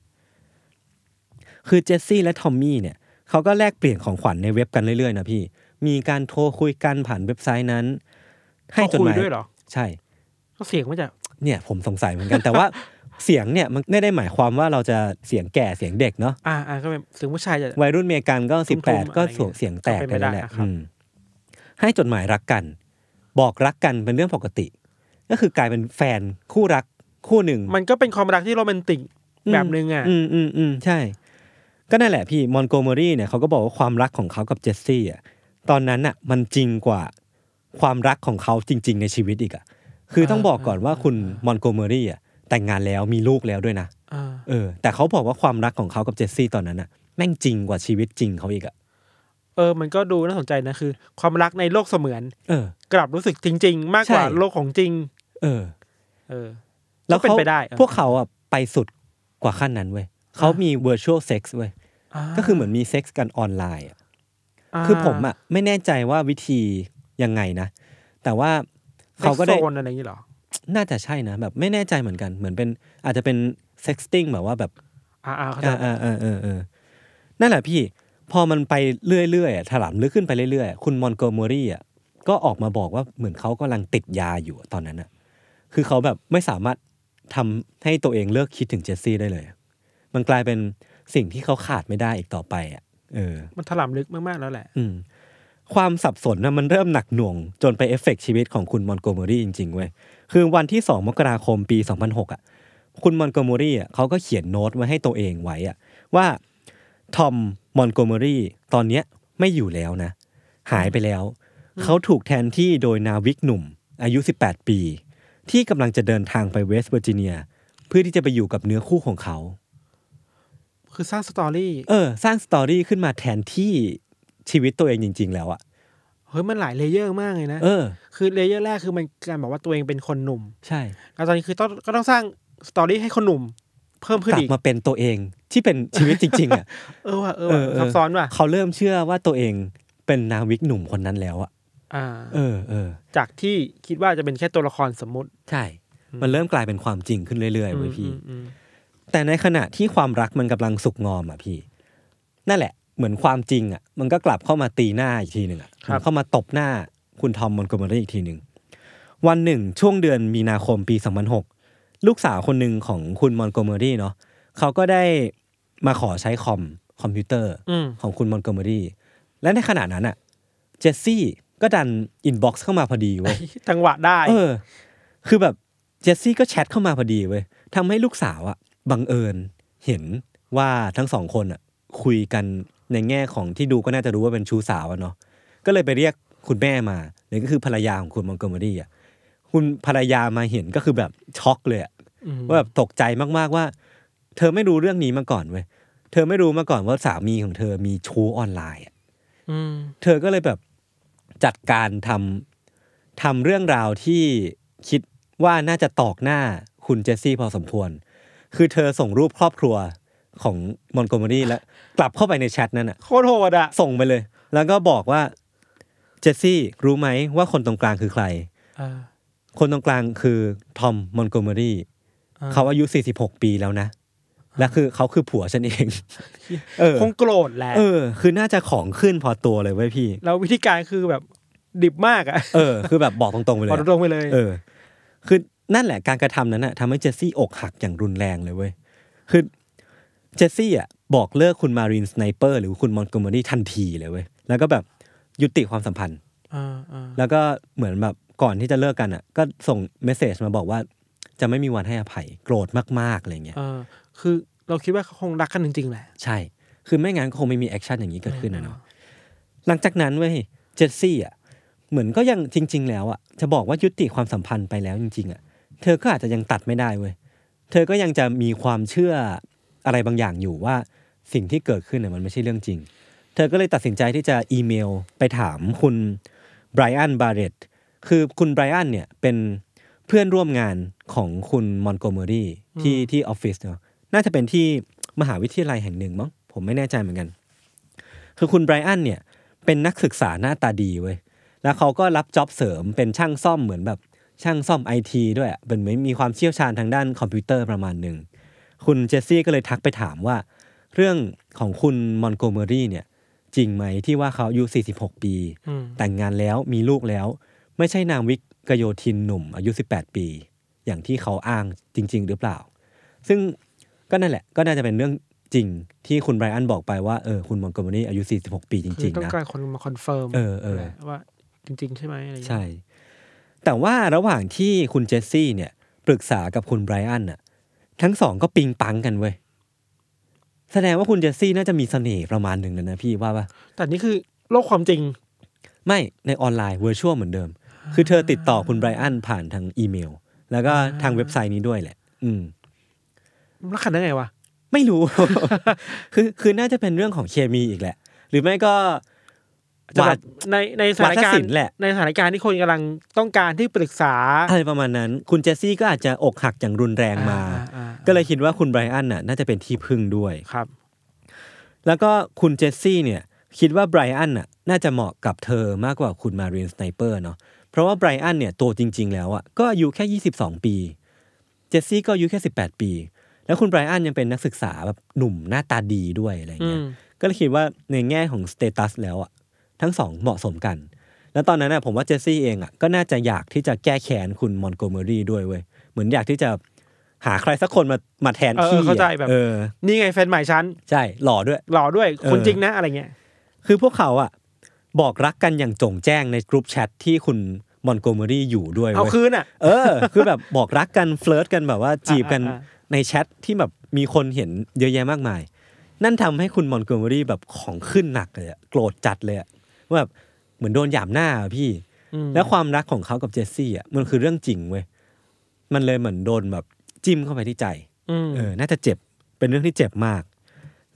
[SPEAKER 2] คือเจสซี่และทอมมี่เนี่ยเขาก็แลกเปลี่ยนของขวัญในเว็บกันเรื่อยๆนะพี่ มีการโทรคุยกันผ่านเว็บไซต์นั้น ให้จดห
[SPEAKER 3] เขาคุย
[SPEAKER 2] มาย
[SPEAKER 3] ด้วยเหรอ
[SPEAKER 2] ใช่
[SPEAKER 3] เขาเสียงมาจาก
[SPEAKER 2] เนี่ยผมสงสัยเหมือนกัน แต่ว่าเสียงเนี่ยมันไม่ได้หมายความว่าเราจะเสียงแก่เสียงเด็กเนาะ
[SPEAKER 3] อ่าอ่าก็เป็นเสียงผู้ชายจะ
[SPEAKER 2] วัยรุ่นอเมริกันก็
[SPEAKER 3] ทุ่
[SPEAKER 2] สิบ
[SPEAKER 3] มๆ
[SPEAKER 2] แปด
[SPEAKER 3] อะไร
[SPEAKER 2] ก็ส่งเสียงแตก
[SPEAKER 3] ก็
[SPEAKER 2] ไป
[SPEAKER 3] เป็นไป
[SPEAKER 2] แล้วแหละ
[SPEAKER 3] ได้นะครับ
[SPEAKER 2] อืมให้จดหมายรักกัน บอกรักกันเป็นเรื่องปกติ ก็คือกลายเป็นแฟนคู่รักคู่หนึ่ง
[SPEAKER 3] มันก็เป็นความรักที่โรแมนติกแบบนึงอ่ะ
[SPEAKER 2] อืมอืมอืมใช่ ก็นั่นแหละพี่มอนโกเมอรี่เนี่ยเขาก็บอกว่าความรักของเขากับเจสซี่อ่ะตอนนั้นอ่ะ มันจริงกว่าความรักของเขาจริง ๆ ในชีวิตอีกอ่ะคือต้องบอกก่อนว่าคุณมอนโกเมอรี่อ่ะแต่งงานแล้วมีลูกแล้วด้วยนะ
[SPEAKER 3] อ่า
[SPEAKER 2] เออ แต่เขาบอกว่าความรักของเขากับเจสซี่ตอนนั้นอ่ะแม่งจริงกว่าชีวิตจริงเขาอีกอ่ะ
[SPEAKER 3] เออ มันก็ดูน่าสนใจนะคือ ความรักในโลกเสมือน
[SPEAKER 2] เออ
[SPEAKER 3] กลับรู้สึกจริง ๆ มากกว่า
[SPEAKER 2] ใช่
[SPEAKER 3] โลกของจริง
[SPEAKER 2] เออ
[SPEAKER 3] เออ
[SPEAKER 2] แล้ว
[SPEAKER 3] ก็เป็น
[SPEAKER 2] เขา
[SPEAKER 3] ไปได้เออ
[SPEAKER 2] พวกเขาอ่ะไปสุดกว่าขั้นนั้นเว้ยเขามี virtual sex เว้ย
[SPEAKER 3] า
[SPEAKER 2] ก็คือเหมือนมีเซ็กส์กันออนไลน์อ่ะ คือผมอ่ะไม่แน่ใจว่าวิธียังไงนะ แต่ว่าเขาก็ได้
[SPEAKER 3] เซ็โซนอะไรอย่างนี้เหรอ
[SPEAKER 2] น่าจะใช่นะ แบบไม่แน่ใจเหมือนกันเหมือนเป็นอาจจะเป็นเซ็กซ์ติ้งแบบว่าแบบ
[SPEAKER 3] อ่าอ่าเขาใจ
[SPEAKER 2] อ่าอ่าอ่าอ่าอ่านั่นแหละพี่ พอมันไปเรื่อยๆอ่ะถลำลึกขึ้นไปเรื่อยๆอ่ะคุณมอนโกเมอรี่อ่ะก็ออกมาบอกว่าเหมือนเขากำลังติดยาอยู่อ่ะตอนนั้นอ่ะคือเขาแบบไม่สามารถทำให้ตัวเองเลิกคิดถึงเจสซี่ได้เลยอ่ะมันกลายเป็นสิ่งที่เขาขาดไม่ได้อีกต่อไปอ่ะเออ
[SPEAKER 3] มันถลำลึกมากๆแล้วแหละ
[SPEAKER 2] อืมความสับสนนะมันเริ่มหนักหน่วง จนไปเอฟเฟกต์ชีวิตของคุณมอนโกเมอรี่จริงๆเว้ยคือวันที่ 2 มกราคมปี 2006 อ่ะ คุณมอนโกเมอรี่อ่ะเขาก็เขียนโน้ตไว้ให้ตัวเองไว้อ่ะ ว่าทอมมอนโกเมอรี่ตอนเนี้ยไม่อยู่แล้วนะ หายไปแล้ว เขาถูกแทนที่โดยนาวิกหนุ่ม อายุ 18 ปี ที่กำลังจะเดินทางไปเวสต์เวอร์จิเนีย เพื่อที่จะไปอยู่กับเนื้อคู่ของเขา
[SPEAKER 3] คือสร้างสตอรี่
[SPEAKER 2] เออ สร้างสตอรี่ขึ้นมาแทนที่ชีวิตตัวเองจริง ๆ แล้วอ่ะ
[SPEAKER 3] เฮ้ยมันหลายเลเยอร์มากเลยนะ
[SPEAKER 2] เออ
[SPEAKER 3] คือเลเยอร์แรกคือมันการบอกว่าตัวเองเป็นคนหนุ่ม
[SPEAKER 2] ใช่
[SPEAKER 3] แล้วตอนนี้คือต้องก็ต้องสร้างสตอรี่ให้คนหนุ่ม เพิ่มขึ้น
[SPEAKER 2] กลับ
[SPEAKER 3] อีก
[SPEAKER 2] มาเป็นตัวเองที่ เป็นชีวิตจริง ๆ อ่ะ
[SPEAKER 3] เออว่ะเออ
[SPEAKER 2] เอ
[SPEAKER 3] ว่ะ
[SPEAKER 2] อเออ
[SPEAKER 3] ซับซ้อนว่ะ
[SPEAKER 2] เขาเริ่มเชื่อว่าตัวเองเป็นนาวิกหนุ่มคนนั้นแล้วอ่ะ
[SPEAKER 3] อ่า
[SPEAKER 2] เออเออ
[SPEAKER 3] จากที่คิดว่าจะเป็นแค่ตัวละครสมมุติ
[SPEAKER 2] ใช่ มันเริ่มกลายเป็นความจริงขึ้นเรื่อยๆเว้ยพี่
[SPEAKER 3] อืมอืมอืม
[SPEAKER 2] แต่ในขณะที่ความรักมันกำลังสุกงอมอ่ะพี่ นั่นแหละ เหมือนความจริงอ่ะ มันก็กลับเข้ามาตีหน้าอีกทีหนึ่งอ่ะมันเข้ามาตบหน้าคุณทอมมอนโกเมอรี่อีกทีหนึ่งวันหนึ่ง ช่วงเดือนมีนาคมปี 2006 ลูกสาวคนหนึ่งของคุณมอนโกเมอรี่เนาะเขาก็ได้มาขอใช้คอมคอมพิวเตอร์
[SPEAKER 3] อืม
[SPEAKER 2] ของคุณมอนโกเมอรี่ และในขณะนั้นอ่ะ เจสซี่ก็ดันอินบ็อกซ์เข้ามาพอดีเว้ย
[SPEAKER 3] จังหวะได้
[SPEAKER 2] เออ คือแบบเจสซี่ก็แชทเข้ามาพอดีเว้ยทำให้ลูกสาวอ่ะบังเอิญเห็นว่าทั้งสองคนอ่ะ คุยกันในแง่ของที่ดูก็น่าจะรู้ว่าเป็นชู้สาวอะเนาะ ก็เลยไปเรียกคุณแม่มาหรือก็คือภรรยาของคุณมอนโกเมอรี่อ่ะ คุณภรรยามาเห็นก็คือแบบช็อกเลยอะ
[SPEAKER 3] อืม
[SPEAKER 2] ว่าแบบตกใจมากๆว่า เธอไม่รู้เรื่องนี้มาก่อนเว้ย เธอไม่รู้มาก่อนว่าสามีของเธอมีชู้ออนไลน์อะ
[SPEAKER 3] ม
[SPEAKER 2] เธอก็เลยแบบจัดการทำทำเรื่องราวที่คิดว่าน่าจะตอกหน้าคุณเจสซี่พอสมควร คือเธอส่งรูปครอบครัวของมอนโกเมอรี่แล้ว กลับเข้าไปในแชทนั้นอ่ะ
[SPEAKER 3] โคตรโหดอ่ะ
[SPEAKER 2] ส่งไปเลย แล้วก็บอกว่าเจสซี่รู้ไหมว่าคนตรงกลางคือใคร
[SPEAKER 3] อ่า
[SPEAKER 2] คนตรงกลางคือทอมมอนโกเมอรี่
[SPEAKER 3] อ่า
[SPEAKER 2] เขาอายุ 46 ปีแล้วนะ และคือเขาคือผัวฉันเอง เออ
[SPEAKER 3] คงโกรธแหละ
[SPEAKER 2] เออ คือน่าจะของขึ้นพอตัวเลยเว้ยพี่
[SPEAKER 3] แล้ววิธีการคือแบบดิบมากอ่ะ
[SPEAKER 2] เออ คือแบบบอกตรงๆไปเลย
[SPEAKER 3] บอก
[SPEAKER 2] อะ
[SPEAKER 3] ตรงๆไปเลย
[SPEAKER 2] เออ คือนั่นแหละการกระทำนั้นน่ะทำให้เจสซี่อกหักอย่างรุนแรงเลยเว้ย คือเจสซี่อ่ะบอกเลิกคุณมารินสไนเปอร์หรือคุณมอนโกเมอรี่ทันทีเลยเว้ย แล้วก็แบบยุติความสัมพันธ์
[SPEAKER 3] อ่าอ่า
[SPEAKER 2] แล้วก็เหมือนแบบก่อนที่จะเลิกกันอ่ะ ก็ส่งเมสเซจมาบอกว่า จะไม่มีวันให้อภัย โกรธมากๆอะไรเงี้ย
[SPEAKER 3] เออคือเราคิดว่าเขาคงรักกันจริงๆแหละ
[SPEAKER 2] ใช่ คือไม่งั้นก็คงไม่มีแอคชั่นอย่างนี้เกิดขึ้นนะเนาะหลังจากนั้นเว้ยเจสซี่อ่ะเหมือนก็ยังจริง ๆ แล้วอ่ะจะบอกว่ายุติความสัมพันธ์ไปแล้วจริงๆอ่ะเธอก็อาจจะยังตัดไม่ได้เว้ยเธอก็ยังจะมีความเชื่ออะไรบางอย่างอยู่ว่าสิ่งที่เกิดขึ้นน่ะมันไม่ใช่เรื่องจริง เธอก็เลยตัดสินใจที่จะอีเมลไปถามคุณไบรอันบาร์เรตคือคุณไบรอันเนี่ยเป็นเพื่อนร่วมงานของคุณมอนโกเมอรี่ที่ที่ออฟฟิศเนาะน่าจะเป็นที่มหาวิทยาลัยแห่งหนึ่งมั้งผมไม่แน่ใจเหมือนกัน คือคุณไบรอันเนี่ยเป็นนักศึกษาหน้าตาดีเว้ย แล้วเขาก็รับจ็อบเสริมเป็นช่างซ่อมเหมือนแบบช่างซ่อมไอทีด้วยอะเป็นเหมือนมีความเชี่ยวชาญทางด้านคอมพิวเตอร์ประมาณหนึ่ง คุณเจสซี่ก็เลยทักไปถามว่า เรื่องของคุณมอนโกเมอรี่เนี่ยจริงไหมที่ว่าเขาอายุ 46 ปี
[SPEAKER 3] อืม
[SPEAKER 2] แต่งงานแล้วมีลูกแล้ว ไม่ใช่นางวิกกโยธินหนุ่มอายุ 18 ปี อย่างที่เขาอ้างจริง ๆ หรือเปล่า ซึ่งก็นั่นแหละก็น่าจะเป็นเรื่องจริงที่คุณไบรอันบอกไปว่าเออคุณมอนโกเมอรี่อายุ 46 ปีจ
[SPEAKER 3] คือ
[SPEAKER 2] ริง
[SPEAKER 3] ต้
[SPEAKER 2] ๆ
[SPEAKER 3] อง
[SPEAKER 2] นะ
[SPEAKER 3] การคนมาคอนเฟิร์ม
[SPEAKER 2] เออเออ
[SPEAKER 3] แหละว่าจริง ๆ ใช่ไหมอะไรอย่างเงี้ย
[SPEAKER 2] ใช่ แต่ว่าระหว่างที่คุณเจสซี่เนี่ยปรึกษากับคุณไบรอันน่ะ ทั้งสองก็ปิงปังกันเว้ย แสดงว่าคุณเจสซี่น่าจะมีเสน่ห์ประมาณหนึ่งเลยนะพี่ว่าปะ
[SPEAKER 3] แต่นี่คือโลกความจริง
[SPEAKER 2] ไม่ในออนไลน์เวอร์ชวลเหมือนเดิม คือเธอติดต่อคุณไบรอันผ่านทางอีเมล แล้วก็ทางเว็บไซต์นี้ด้วยแหละ อืม
[SPEAKER 3] รักกันได้ไงวะ
[SPEAKER 2] ไม่รู้ คือคือน่าจะเป็นเรื่องของเคมีอีกแหละ หรือไม่ก็
[SPEAKER 3] จะแบบในในสถานกา
[SPEAKER 2] วั
[SPEAKER 3] ร
[SPEAKER 2] ฒนศิล
[SPEAKER 3] ณ์
[SPEAKER 2] ป์แหละ
[SPEAKER 3] ในสถานการณ์ที่คนกำลังต้องการที่ปรึกษา
[SPEAKER 2] อะไรประมาณนั้น คุณเจสซี่ก็อาจจะอกหักอย่างรุนแรงมา
[SPEAKER 3] อ่อ่อ่า
[SPEAKER 2] ก็เลยคิดว่าคุณไบรอันน่ะน่าจะเป็นที่พึ่งด้วย
[SPEAKER 3] ครับ
[SPEAKER 2] แล้วก็คุณเจสซี่เนี่ยคิดว่าไบรอันน่ะน่าจะเหมาะกับเธอมากกว่าคุณมาเรียนสไนเปอร์เนาะเพราะว่าไบรอันเนี่ยตัวจริง ๆ แล้วอ่ะก็อายุแค่ 22 ปี เจสซี่ก็อายุแค่ 18 ปี แล้วคุณไบรอันยังเป็นนักศึกษาแบบหนุ่มหน้าตาดีด้วยอะไร
[SPEAKER 3] อื
[SPEAKER 2] เงี้ย
[SPEAKER 3] ม
[SPEAKER 2] ก็เลยคิดว่าในแง่ของสเตตัสแล้วอ่ะทั้งสองเหมาะสมกัน แล้วตอนนั้นน่ะผมว่าเจสซี่เองอ่ะก็น่าจะอยากที่จะแก้แค้นคุณมอนโกเมอรี่ด้วยเว้ยเหมือนอยากที่จะหาใครสักคนมามาแทน
[SPEAKER 3] เออ
[SPEAKER 2] ที่อะ
[SPEAKER 3] เข้าใจแบบ
[SPEAKER 2] เออ
[SPEAKER 3] นี่ไงแฟนใหม่ฉัน
[SPEAKER 2] ใช่หล่อด้วย
[SPEAKER 3] หล่อด้วยคน
[SPEAKER 2] เออ
[SPEAKER 3] จริงนะอะไรเงี้ย
[SPEAKER 2] คือพวกเขาอะบอกรักกันอย่างโจงแจ้งในกลุ่มแชทที่คุณมอนโกเมอรี่อยู่ด้วย
[SPEAKER 3] เอา
[SPEAKER 2] เว้ย
[SPEAKER 3] คืนอ่ะ
[SPEAKER 2] เออ คือแบบบอกรักกันเฟลิร์ตกันแบบว่าจีบกัน
[SPEAKER 3] อ่าอ่า
[SPEAKER 2] ในแชทที่แบบมีคนเห็นเยอะแยะมากมาย นั่นทำให้คุณมอนโกเมอรี่แบบของขึ้นหนักเลยอะโกรธจัดเลยอะว่าแบบเหมือนโดนหยามหน้าอะพี่
[SPEAKER 3] อืม
[SPEAKER 2] แล้วความรักของเขากับเจสซี่อะมันคือเรื่องจริงเว้ยมันเลยเหมือนโดนแบบจิ้มเข้าไปที่ใจ
[SPEAKER 3] อืม
[SPEAKER 2] เออ น่าจะเจ็บ เป็นเรื่องที่เจ็บมาก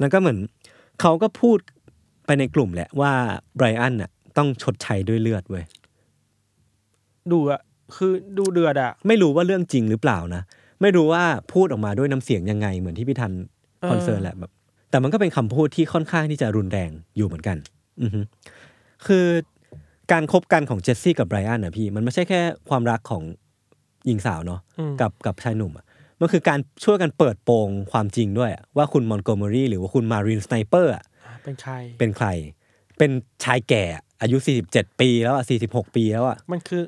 [SPEAKER 2] แล้วก็เหมือนเขาก็พูดไปในกลุ่มแหละว่าไบรอันน่ะต้องชดใช้ด้วยเลือดเว้ย
[SPEAKER 3] ดูอ่ะคือดูเดือดอ่ะ
[SPEAKER 2] ไม่รู้ว่าเรื่องจริงหรือเปล่านะ ไม่รู้ว่าพูดออกมาด้วยน้ำเสียงยังไง เหมือนที่พี่ทันคอนเซิร์นแหละแบบ แต่มันก็เป็นคำพูดที่ค่อนข้างที่จะรุนแรงอยู่เหมือนกัน อือฮึคือการคบกันของเจสซี่กับไบรอันน่ะพี่ มันไม่ใช่แค่ความรักของหญิงสาวเนาะ
[SPEAKER 3] อืม
[SPEAKER 2] กับกับชายหนุ่มอะมันคือการช่วยกันเปิดโปงความจริงด้วยอะว่าคุณมอนโกเมอรี่หรือว่าคุณมารีนสไนเปอร์อะ
[SPEAKER 3] เป็นใคร
[SPEAKER 2] เป็นใคร เป็นชายแก่อายุ 47 ปีแล้วอ่ะ 46 ปีแล้วอ่ะ
[SPEAKER 3] มันคือ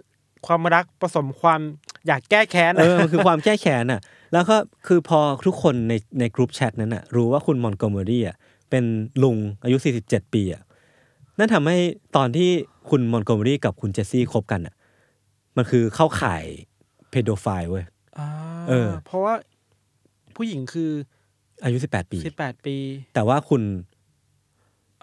[SPEAKER 3] ความรักผสมความอยากแก้แค้น
[SPEAKER 2] เออ มันคือความแก้แค้นอ่ะ แล้วก็คือพอทุกคนในในกรุ๊ปแชทนั้นอ่ะ รู้ว่าคุณมอนโกเมอรี่อ่ะ เป็นลุงอายุ 47 ปีอ่ะ นั่นทำให้ตอนที่คุณมอนโกเมอรี่กับคุณเจสซี่คบกันอ่ะ มันคือเข้าข่ายเพโดไฟล์เว้ย
[SPEAKER 3] า
[SPEAKER 2] เออ
[SPEAKER 3] เพราะว่าผู้หญิงคือ
[SPEAKER 2] อายุ 18 ปี
[SPEAKER 3] สิบแปดปี
[SPEAKER 2] แต่ว่าคุณ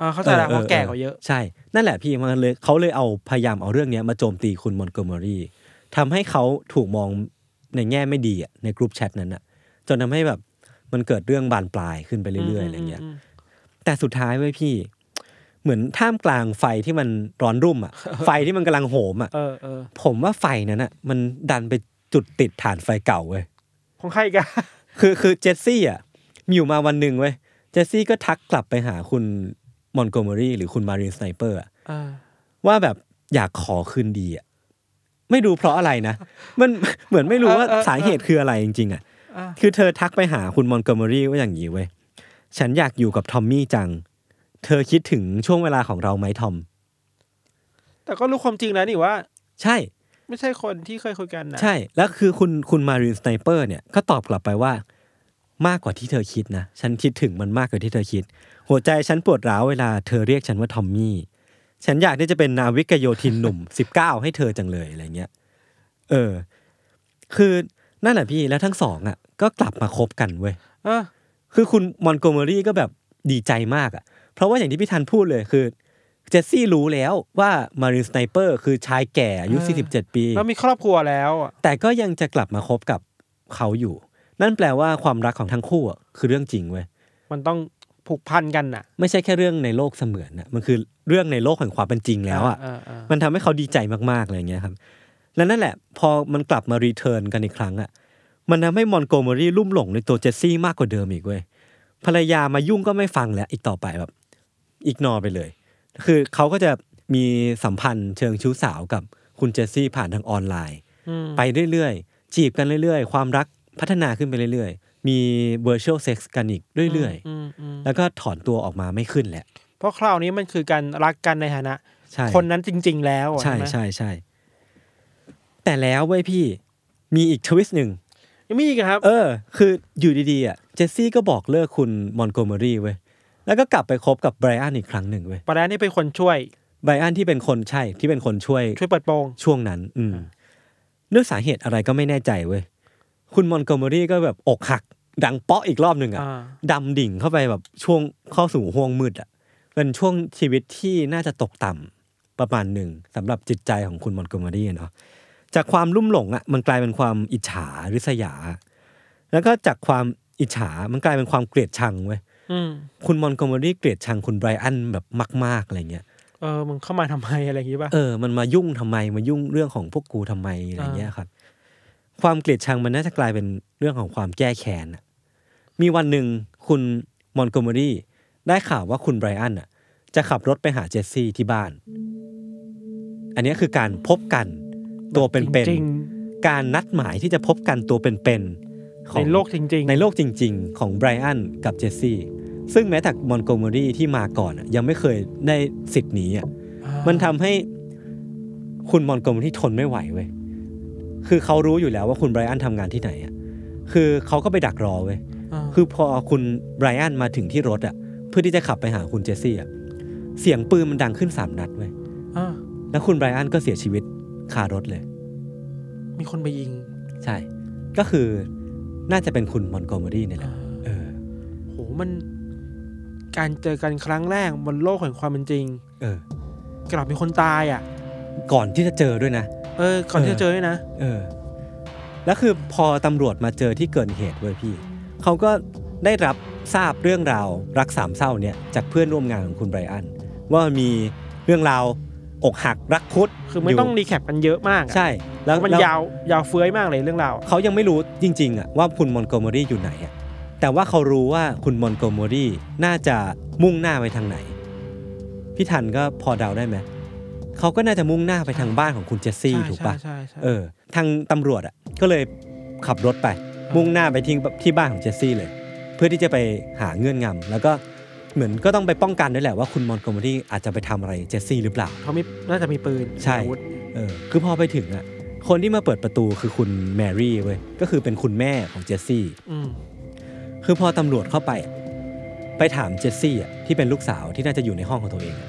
[SPEAKER 3] อ่าเขาใจะรักว่าแก่กว่าเยอะ
[SPEAKER 2] ใช่ นั่นแหละพี่มันเลยเขาเลยเอาพยายามเอาเรื่องเนี้ยมาโจมตีคุณมอนโกเมอรี่ทำให้เขาถูกมองในแง่ไม่ดีอะในกลุ่มแชทนั้นอะจนทำให้แบบมันเกิดเรื่องบานปลายขึ้นไปเรื่อยๆอะไรเงี้ยแต่สุดท้ายเว้ยพี่ เหมือนท่ามกลางไฟที่มันร้อนรุ่มอะไฟที่มันกำลังโหมอะ
[SPEAKER 3] เออเออ
[SPEAKER 2] ผมว่าไฟนั้นอะมันดันไปจุดติดฐานไฟเก่าเว้ย
[SPEAKER 3] ของใครกัน
[SPEAKER 2] คือคือเจสซี่อ่ะมีอยู่มาวันหนึ่งเว้ยเจสซี่ก็ทักกลับไปหาคุณมอนโกเมอรี่หรือคุณมารีนสไนเปอร์อะ
[SPEAKER 3] อ่า
[SPEAKER 2] ว่าแบบอยากขอคืนดีอ่ะไม่รู้เพราะอะไรนะ มัน เหมือนไม่รู้ว่าสาเหตุคืออะไรจริง ๆอ่ะคือเธอทักไปหาคุณมอนโกเมอรี่ว่าอย่างนี้เว้ยฉันอยากอยู่กับทอมมี่จัง เธอคิดถึงช่วงเวลาของเราไหมทอม
[SPEAKER 3] แต่ก็รู้ความจริงแล้วนี่ว่า
[SPEAKER 2] ใช่
[SPEAKER 3] ไม่ใช่คนที่เคยคุยกันนะ
[SPEAKER 2] ใช่ แล้วคือคุณคุณมารีนสไนเปอร์เนี่ยก็ตอบกลับไปว่า มากกว่าที่เธอคิดนะ ฉันคิดถึงมันมากกว่าที่เธอคิด หัวใจฉันปวดร้าวเวลาเธอเรียกฉันว่าทอมมี่ ฉันอยากที่จะเป็นนาวิกโยธินหนุ่ม 19 ให้เธอจังเลยอะไรเงี้ย เออ คือ นั่นแหละพี่แล้วทั้งสองอ่ะก็กลับมาคบกันเว้ย
[SPEAKER 3] เออ
[SPEAKER 2] คือคุณมอนโกเมอรี่ก็แบบดีใจมากอะ่ะ เพราะว่าอย่างที่พี่ทันพูดเลยคือเจสซี่รู้แล้วว่ามารินสไนเปอร์คือชายแก่อายุ
[SPEAKER 3] เออ
[SPEAKER 2] 47 ปี
[SPEAKER 3] แล้วมีครอบครัวแล้วอะ
[SPEAKER 2] แต่ก็ยังจะกลับมาคบกับเขาอยู่ นั่นแปลว่าความรักของทั้งคู่อะคือเรื่องจริงเว้ย
[SPEAKER 3] มันต้องผูกพันกันน่ะ
[SPEAKER 2] ไม่ใช่แค่เรื่องในโลกเสมือนนะมันคือเรื่องในโลกแห่งความเป็นจริงแล้วอ่ะ
[SPEAKER 3] เเอ
[SPEAKER 2] มันทำให้เขาดีใจมากๆอะไรอย่างเงี้ยครับ และนั่นแหละ พอมันกลับมารีเทิร์นกันอีกครั้งอ่ะ มันทำให้มอนโกเมอรี่ลุ่มหลงในตัวเจสซี่มากกว่าเดิมอีกเว้ย ภรรยามายุ่งก็ไม่ฟังแล้ว อีกต่อไปแบบ อีกนอไปเลย คือเขาก็จะมีสัมพันธ์เชิงชู้สาวกับคุณเจสซี่ผ่านทางออนไลน์
[SPEAKER 3] อืม
[SPEAKER 2] ไปเรื่อยๆ จีบกันเรื่อยๆ ความรักพัฒนาขึ้นไปเรื่อยๆ มี virtual sex กันอีกเรื่อย
[SPEAKER 3] อืมอืม
[SPEAKER 2] ๆ แล้วก็ถอนตัวออกมาไม่ขึ้นแหละ
[SPEAKER 3] เพราะคราวนี้มันคือการรักกันในฐานะ
[SPEAKER 2] ใช่
[SPEAKER 3] คนนั้นจริง ๆ แล้วอะ
[SPEAKER 2] ใช่
[SPEAKER 3] ไหม
[SPEAKER 2] ใช่ใช่ แต่แล้วเว้ยพี่มีอีกทวิสต์หนึ่ง
[SPEAKER 3] ยังมีอีกอะครับ
[SPEAKER 2] เออ คืออยู่ดีๆอ่ะเจสซี่ก็บอกเลิกคุณมอนโกเมอรี่เว้ย แล้วก็กลับไปคบกับไบรอันอีกครั้งหนึ่งเว้ย
[SPEAKER 3] ปลาแดนนี่เป็นคนช่วย
[SPEAKER 2] ไบรอันที่เป็นคนใช่ที่เป็นคนช่วย
[SPEAKER 3] ช่วยเปิดโปง
[SPEAKER 2] ช่วงนั้น อืมเรื่องสาเหตุอะไรก็ไม่แน่ใจเว้ย คุณมอนโกเมอรี่ก็แบบอกหัก ดังเปาะอีกรอบหนึ่งอ่ะ
[SPEAKER 3] อ่า
[SPEAKER 2] ดำดิ่งเข้าไปแบบช่วงเข้าสู่ห่วงมืดอ่ะเป็นช่วงชีวิตที่น่าจะตกต่ำประมาณหนึ่งสำหรับจิตใจของคุณมอนโกเมอรี่อะเนาะ จากความลุ่มหลงอ่ะมันกลายเป็นความอิจฉาริษยา แล้วก็จากความอิจฉามันกลายเป็นความเกลียดชังเว้ย
[SPEAKER 3] อืม
[SPEAKER 2] คุณมอนโกเมอรี่เกลียดชังคุณไบรอันแบบมาก ๆอะไรเงี้ย
[SPEAKER 3] เออมึงเข้ามาทำไมอะไรอย่างงี้ป่ะ
[SPEAKER 2] เออมันมายุ่งทำไมมายุ่งเรื่องของพวกกูทำไมอะไรเงี้ยครับ ความเกลียดชังมันน่าจะกลายเป็นเรื่องของความแก้แค้นอะมีวันหนึ่งคุณมอนโกเมอรี่ได้ข่าวว่าคุณไบรอันอ่ะ จะขับรถไปหาเจสซี่ที่บ้าน อันเนี้ยคือการพบกันตัวเป็นๆ
[SPEAKER 3] จริง
[SPEAKER 2] การนัดหมายที่จะพบกันตัวเป็นๆ
[SPEAKER 3] ๆ
[SPEAKER 2] ของ
[SPEAKER 3] ในโลกจริงๆ
[SPEAKER 2] ในโลกจริง ๆ ของไบรอันกับเจสซี่ ซึ่งแม้แต่มอนโกเมอรี่ที่มาก่อนอะยังไม่เคยได้สิทธิ์นี้อะ
[SPEAKER 3] อ่า
[SPEAKER 2] มันทำให้คุณมอนโกเมอรี่ทนไม่ไหวเว้ยคือเขารู้อยู่แล้วว่าคุณไบรอันทำงานที่ไหนอะคือเขาก็ไปดักรอเว้ย
[SPEAKER 3] า
[SPEAKER 2] คือพอคุณไบรอันมาถึงที่รถอะเพื่อที่จะขับไปหาคุณเจสซี่อะเสียงปืนมันดังขึ้นสามนัดเว้ย
[SPEAKER 3] อ่า
[SPEAKER 2] แล้วคุณไบรอันก็เสียชีวิตคารถเลย
[SPEAKER 3] มีคนไปยิง
[SPEAKER 2] ใช่ ก็คือน่าจะเป็นคุณมอนโกเมอรี่นี่แหละ เออ
[SPEAKER 3] โหมัน การเจอกันครั้งแรกบนโลกแห่งความเป็นจริง
[SPEAKER 2] เออ
[SPEAKER 3] กลับมีคนตายอ่ะ
[SPEAKER 2] ก่อนที่จะเจอด้วยนะ
[SPEAKER 3] เออก่อนที่จะเจอเนี่ยนะ
[SPEAKER 2] เออ แล้วคือพอตำรวจมาเจอที่เกิดเหตุเว้ยพี่ เขาก็ได้รับทราบเรื่องราวรักสามเศร้าเนี่ยจากเพื่อนร่วมงานของคุณไบรอัน ว่ามีเรื่องราวอกหักรักคุด
[SPEAKER 3] คือไม่ต้องรีแคปกันเยอะมากอะ
[SPEAKER 2] ใช่
[SPEAKER 3] เพ
[SPEAKER 2] แล้ว
[SPEAKER 3] ราะมัน
[SPEAKER 2] แล้ว
[SPEAKER 3] ยาวยาวเฟ้ยมากเลยเรื่องราวอะ
[SPEAKER 2] เขายังไม่รู้จริงๆอะว่าคุณมอนโกเมอรี่อยู่ไหนอะแต่ว่าเขารู้ว่าคุณมอนโกเมอรี่น่าจะมุ่งหน้าไปทางไหน พี่ทันก็พอเดาได้ไหม เขาก็น่าจะมุ่งหน้าไปทางบ้านของคุณเจสซี่
[SPEAKER 3] ใช่
[SPEAKER 2] ถูกปะ
[SPEAKER 3] ใช่ใช่ใช่
[SPEAKER 2] เออ ทางตำรวจอะก็เลยขับรถไป มุ่งหน้าไปที่ที่บ้านของเจสซี่เลย เพื่อที่จะไปหาเงื่อนงำแล้วก็เหมือนก็ต้องไปป้องกันด้วยแหละว่าคุณมอนโกเมอรี่อาจจะไปทำอะไรเจสซี่หรือเปล่า
[SPEAKER 3] เขามีน่าจะมีปืน
[SPEAKER 2] ใช่
[SPEAKER 3] อาวุธ
[SPEAKER 2] เออคือพอไปถึงอะคนที่มาเปิดประตูคือคุณแมรี่เว้ยก็คือเป็นคุณแม่ของเจสซี่
[SPEAKER 3] อืม
[SPEAKER 2] คือพอตำรวจเข้าไปอะไปถามเจสซี่อ่ะที่เป็นลูกสาวที่น่าจะอยู่ในห้องของตัวเองอะ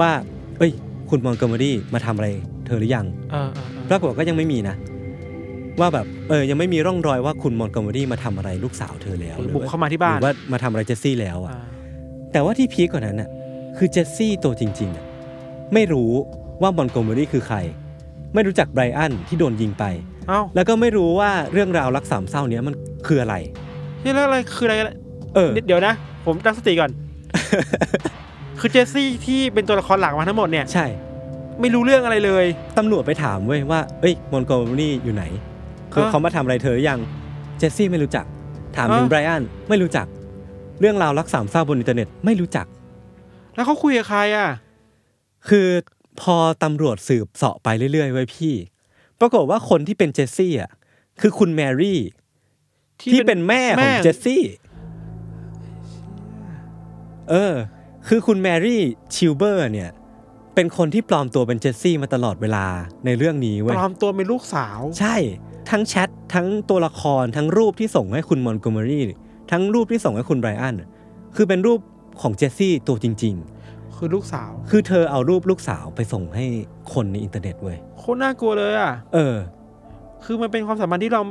[SPEAKER 2] ว่า เอ้ย คุณมอนโกเมอรี่มาทำอะไรเธอหรือยัง
[SPEAKER 3] เออเออเออ
[SPEAKER 2] ปรากฏก็ยังไม่มีนะ ว่าแบบเออยังไม่มีร่องรอยว่าคุณมอนโกเมอรี่มาทำอะไรลูกสาวเธอแล้ว
[SPEAKER 3] ห
[SPEAKER 2] ห
[SPEAKER 3] รือ
[SPEAKER 2] รือ
[SPEAKER 3] บุกเข้ามาที่บ้า
[SPEAKER 2] ห
[SPEAKER 3] น
[SPEAKER 2] รือว่ามาทำอะไรเจสซี่แล้วอ่ะ
[SPEAKER 3] อ่า
[SPEAKER 2] แต่ว่าที่พีคกว่านั้นน่ะคือเจสซี่ตัวจริงๆอ่ะไม่รู้ว่ามอนโกเมอรี่คือใคร ไม่รู้จักไบรอันที่โดนยิงไป
[SPEAKER 3] เอ้า
[SPEAKER 2] แล้วก็ไม่รู้ว่าเรื่องราวรักสามเศร้าเนี้ยมันคืออะไร
[SPEAKER 3] ที่แล้วอะไรคืออะไร
[SPEAKER 2] เออ
[SPEAKER 3] เดี๋ยวนะ ผมตั้งสติก่อน คือเจสซี่ที่เป็นตัวละครหลักมาทั้งหมดเนี่ย
[SPEAKER 2] ใช่
[SPEAKER 3] ไม่รู้เรื่องอะไรเลย
[SPEAKER 2] ตำรวจไปถามเว้ยว่า เอ้ยมอนโกเมอรี่อยู่ไหน คือ
[SPEAKER 3] อ่ะ
[SPEAKER 2] เขามาทำอะไรเธอหรือยัง เจสซี่ไม่รู้จัก ถามถึง
[SPEAKER 3] อ่ะ
[SPEAKER 2] ไบรอันไม่รู้จัก เรื่องราวรักสามเศร้าบนอินเทอร์เน็ตไม่รู้จัก
[SPEAKER 3] แล้วเขาคุยกับใครอ่ะ
[SPEAKER 2] คือพอตำรวจสืบเสาะไปเรื่อยๆเว้ยพี่ ปรากฏว่าคนที่เป็นเจสซี่อ่ะ คือคุณแมรี่ ที่เป็นแม่ของเจสซี่ เออ คือคุณแมรี่ชิลเบอร์เนี่ย เป็นคนที่ปลอมตัวเป็นเจสซี่มาตลอดเวลาในเรื่องนี้เว้ย
[SPEAKER 3] ปลอมตัวเป็นลูกสาว
[SPEAKER 2] ใช่ ทั้งแชท ทั้งตัวละคร ทั้งรูปที่ส่งให้คุณมอนโกเมอรี่ ทั้งรูปที่ส่งให้คุณไบรอัน คือเป็นรูปของเจสซี่ตัวจริง
[SPEAKER 3] คือลูกสาว
[SPEAKER 2] ๆ คือเธอเอารูปลูกสาวไปส่งให้คนในอินเทอร์เน็ตเว้ย
[SPEAKER 3] โคตรน่ากลัวเลยอ่ะ
[SPEAKER 2] เออ
[SPEAKER 3] คือมันเป็นความสัมพันธ์ที่เรา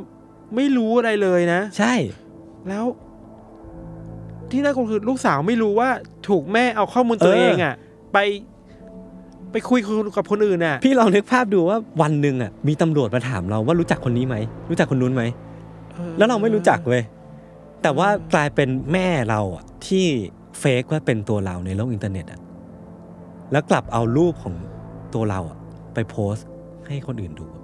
[SPEAKER 3] ไม่รู้อะไรเลยนะ
[SPEAKER 2] ใช่
[SPEAKER 3] แล้ว ที่น่ากลัวคือลูกสาวไม่รู้ว่าถูกแม่เอาข้อมูลตัว
[SPEAKER 2] เออ
[SPEAKER 3] เองอ่ะ ไป ไปคุยกับคนอื่นอ่ะ
[SPEAKER 2] พี่ลองนึกภาพดูว่าวันหนึ่งอ่ะมีตำรวจมาถามเราว่ารู้จักคนนี้ไหมรู้จักคนนู้นไหม แล้วเราไม่รู้จักเว้ยแต่ว่ากลายเป็นแม่เราอ่ะที่เฟกว่าเป็นตัวเราในโลกอินเทอร์เน็ตอ่ะแล้วกลับเอารูปของตัวเราอ่ะไปโพสต์ให้คนอื่นดูอะ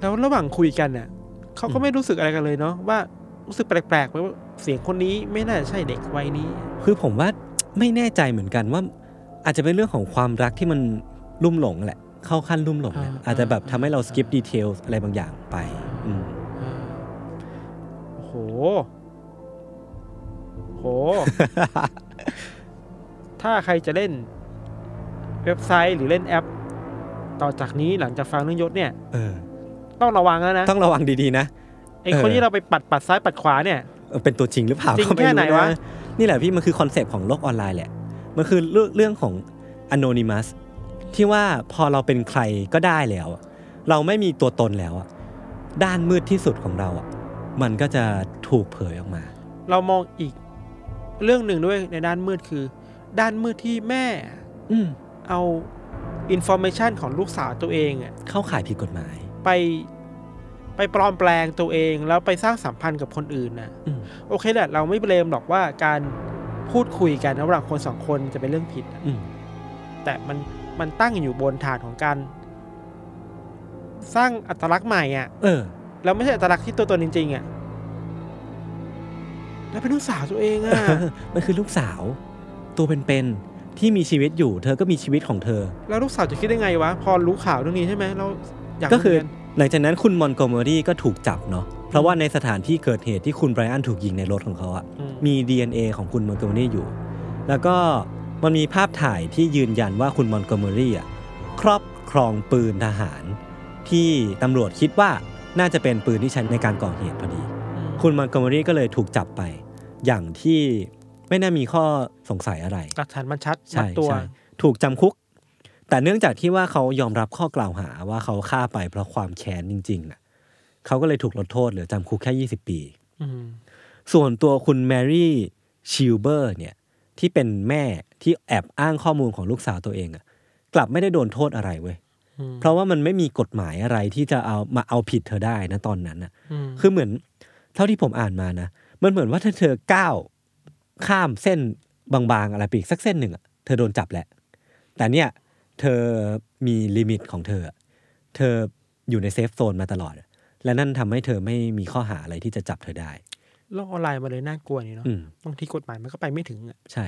[SPEAKER 3] แล้วระหว่างคุยกันน่ะเขาก็ไม่รู้สึกอะไรกันเลยเนาะว่ารู้สึกแปลกๆไหมว่าเสียงคนนี้ไม่น่าใช่เด็กวัยนี้
[SPEAKER 2] คือผมว่า ไม่แน่ใจเหมือนกันว่า อาจจะเป็นเรื่องของความรักที่มันลุ่มหลงแหละ เข้าขั้นลุ่มหลงเนี่ย
[SPEAKER 3] อ่า
[SPEAKER 2] อาจจะแบบทำให้เราสกิปดีเทลอะไรบางอย่างไป อืม
[SPEAKER 3] โอ้โหโห ถ้าใครจะเล่นเว็บไซต์หรือเล่นแอป ต่อจากนี้หลังจากฟังเรื่องยศเนี่ย
[SPEAKER 2] เออ
[SPEAKER 3] ต้องระวังแล้วนะ
[SPEAKER 2] ต้องระวังดีๆนะ
[SPEAKER 3] ไอคน
[SPEAKER 2] เออ
[SPEAKER 3] ที่เราไปปัดปัดซ้ายปัดขวาเนี่ย
[SPEAKER 2] เออเป็นตัวจริงหรือเปล่า
[SPEAKER 3] จริง
[SPEAKER 2] ก็ม่
[SPEAKER 3] แค่ไหนวะ
[SPEAKER 2] นี่แหละพี่มันคือคอนเซปต์ของโลกออนไลน์แหละ มันคือเรื่องเรื่องของ anonymous ที่ว่าพอเราเป็นใครก็ได้แล้วอะเราไม่มีตัวตนแล้วอะด้านมืดที่สุดของเราอะมันก็จะถูกเผยออกมา
[SPEAKER 3] เรามองอีกเรื่องหนึ่งด้วยในด้านมืดคือ ด้านมืดที่แม่
[SPEAKER 2] อืม
[SPEAKER 3] เอาอินโฟเมชันของลูกสาวตัวเองอะ
[SPEAKER 2] เข้าข่ายผิดกฎหมาย
[SPEAKER 3] ไปไปปลอมแปลงตัวเองแล้วไปสร้างสัมพันธ์กับคนอื่นนะ
[SPEAKER 2] อืม
[SPEAKER 3] โอเคแหละเราไม่เบลมหรอกว่าการพูดคุยกันระหว่างคนสองคนจะเป็นเรื่องผิดอะ
[SPEAKER 2] อืม
[SPEAKER 3] แต่มันมันตั้งอยู่บนฐานของการสร้างอัตลักษณ์ใหม่อะ่ะ
[SPEAKER 2] เออ
[SPEAKER 3] แล้วไม่ใช่อัตลักษณ์ที่ตัวตนจริงๆอะ่ะแล้วเป็นลูกสาวตัวเอง อะ่ะ
[SPEAKER 2] มันคือลูกสาว ตัวเป็นๆที่มีชีวิตอยู่ เธอก็มีชีวิตของเธอ
[SPEAKER 3] แล้วลูกสาวจะคิดได้ไงวะ พอรู้ข่าวเรื่องนี้ใช่ไหมเราอยาก
[SPEAKER 2] ก็คือ
[SPEAKER 3] เรียน
[SPEAKER 2] หลังจากนั้นคุณมอนโกเมอรี่ก็ถูกจับเนาะเพราะว่าในสถานที่เกิดเหตุที่คุณไบรอันถูกยิงในรถของเขาอะ
[SPEAKER 3] อืม
[SPEAKER 2] มี DNA ของคุณมอนโกเมอรี่อยู่ แล้วก็มันมีภาพถ่ายที่ยืนยันว่าคุณมอนโกเมอรี่อ่ะครอบครองปืนทหาร ที่ตำรวจคิดว่าน่าจะเป็นปืนที่ใช้ในการก่อเหตุพอดี คุณมอนโกเมอรี่ก็เลยถูกจับไป อย่างที่ไม่น่ามีข้อสงสัยอะไร
[SPEAKER 3] หลักฐานมันชัด
[SPEAKER 2] ใช่
[SPEAKER 3] มัดตัว
[SPEAKER 2] ใช่ถูกจำคุก แต่เนื่องจากที่ว่าเขายอมรับข้อกล่าวหาว่าเขาฆ่าไปเพราะความแค้นจริงๆน่ะเขาก็เลยถูกลดโทษเหลือจำคุกแค่20 ปี
[SPEAKER 3] อืม
[SPEAKER 2] ส่วนตัวคุณแมรี่ชิลเบอร์เนี่ยที่เป็นแม่ที่แอบอ้างข้อมูลของลูกสาวตัวเองอะกลับไม่ได้โดนโทษอะไรเว้ย
[SPEAKER 3] อืม
[SPEAKER 2] เพราะว่ามันไม่มีกฎหมายอะไรที่จะเอามาเอาผิดเธอได้นะตอนนั้นอะ
[SPEAKER 3] อืม
[SPEAKER 2] คือเหมือนเท่าที่ผมอ่านมานะมันเหมือนว่าถ้าเธอก้าวข้ามเส้นบางๆอะไรไปอีกสักเส้นหนึ่งอะเธอโดนจับแหละ แต่เนี่ยเธอมีลิมิตของเธออะเธออยู่ในเซฟโซนมาตลอดอะและนั่นทำให้เธอไม่มีข้อหาอะไรที่จะจับเธอได้
[SPEAKER 3] โลกออนไลน์มาเลยน่ากลัวนี่เนาะ
[SPEAKER 2] อืม
[SPEAKER 3] บางทีกฎหมายมันก็ไปไม่ถึงอ่ะ
[SPEAKER 2] ใช่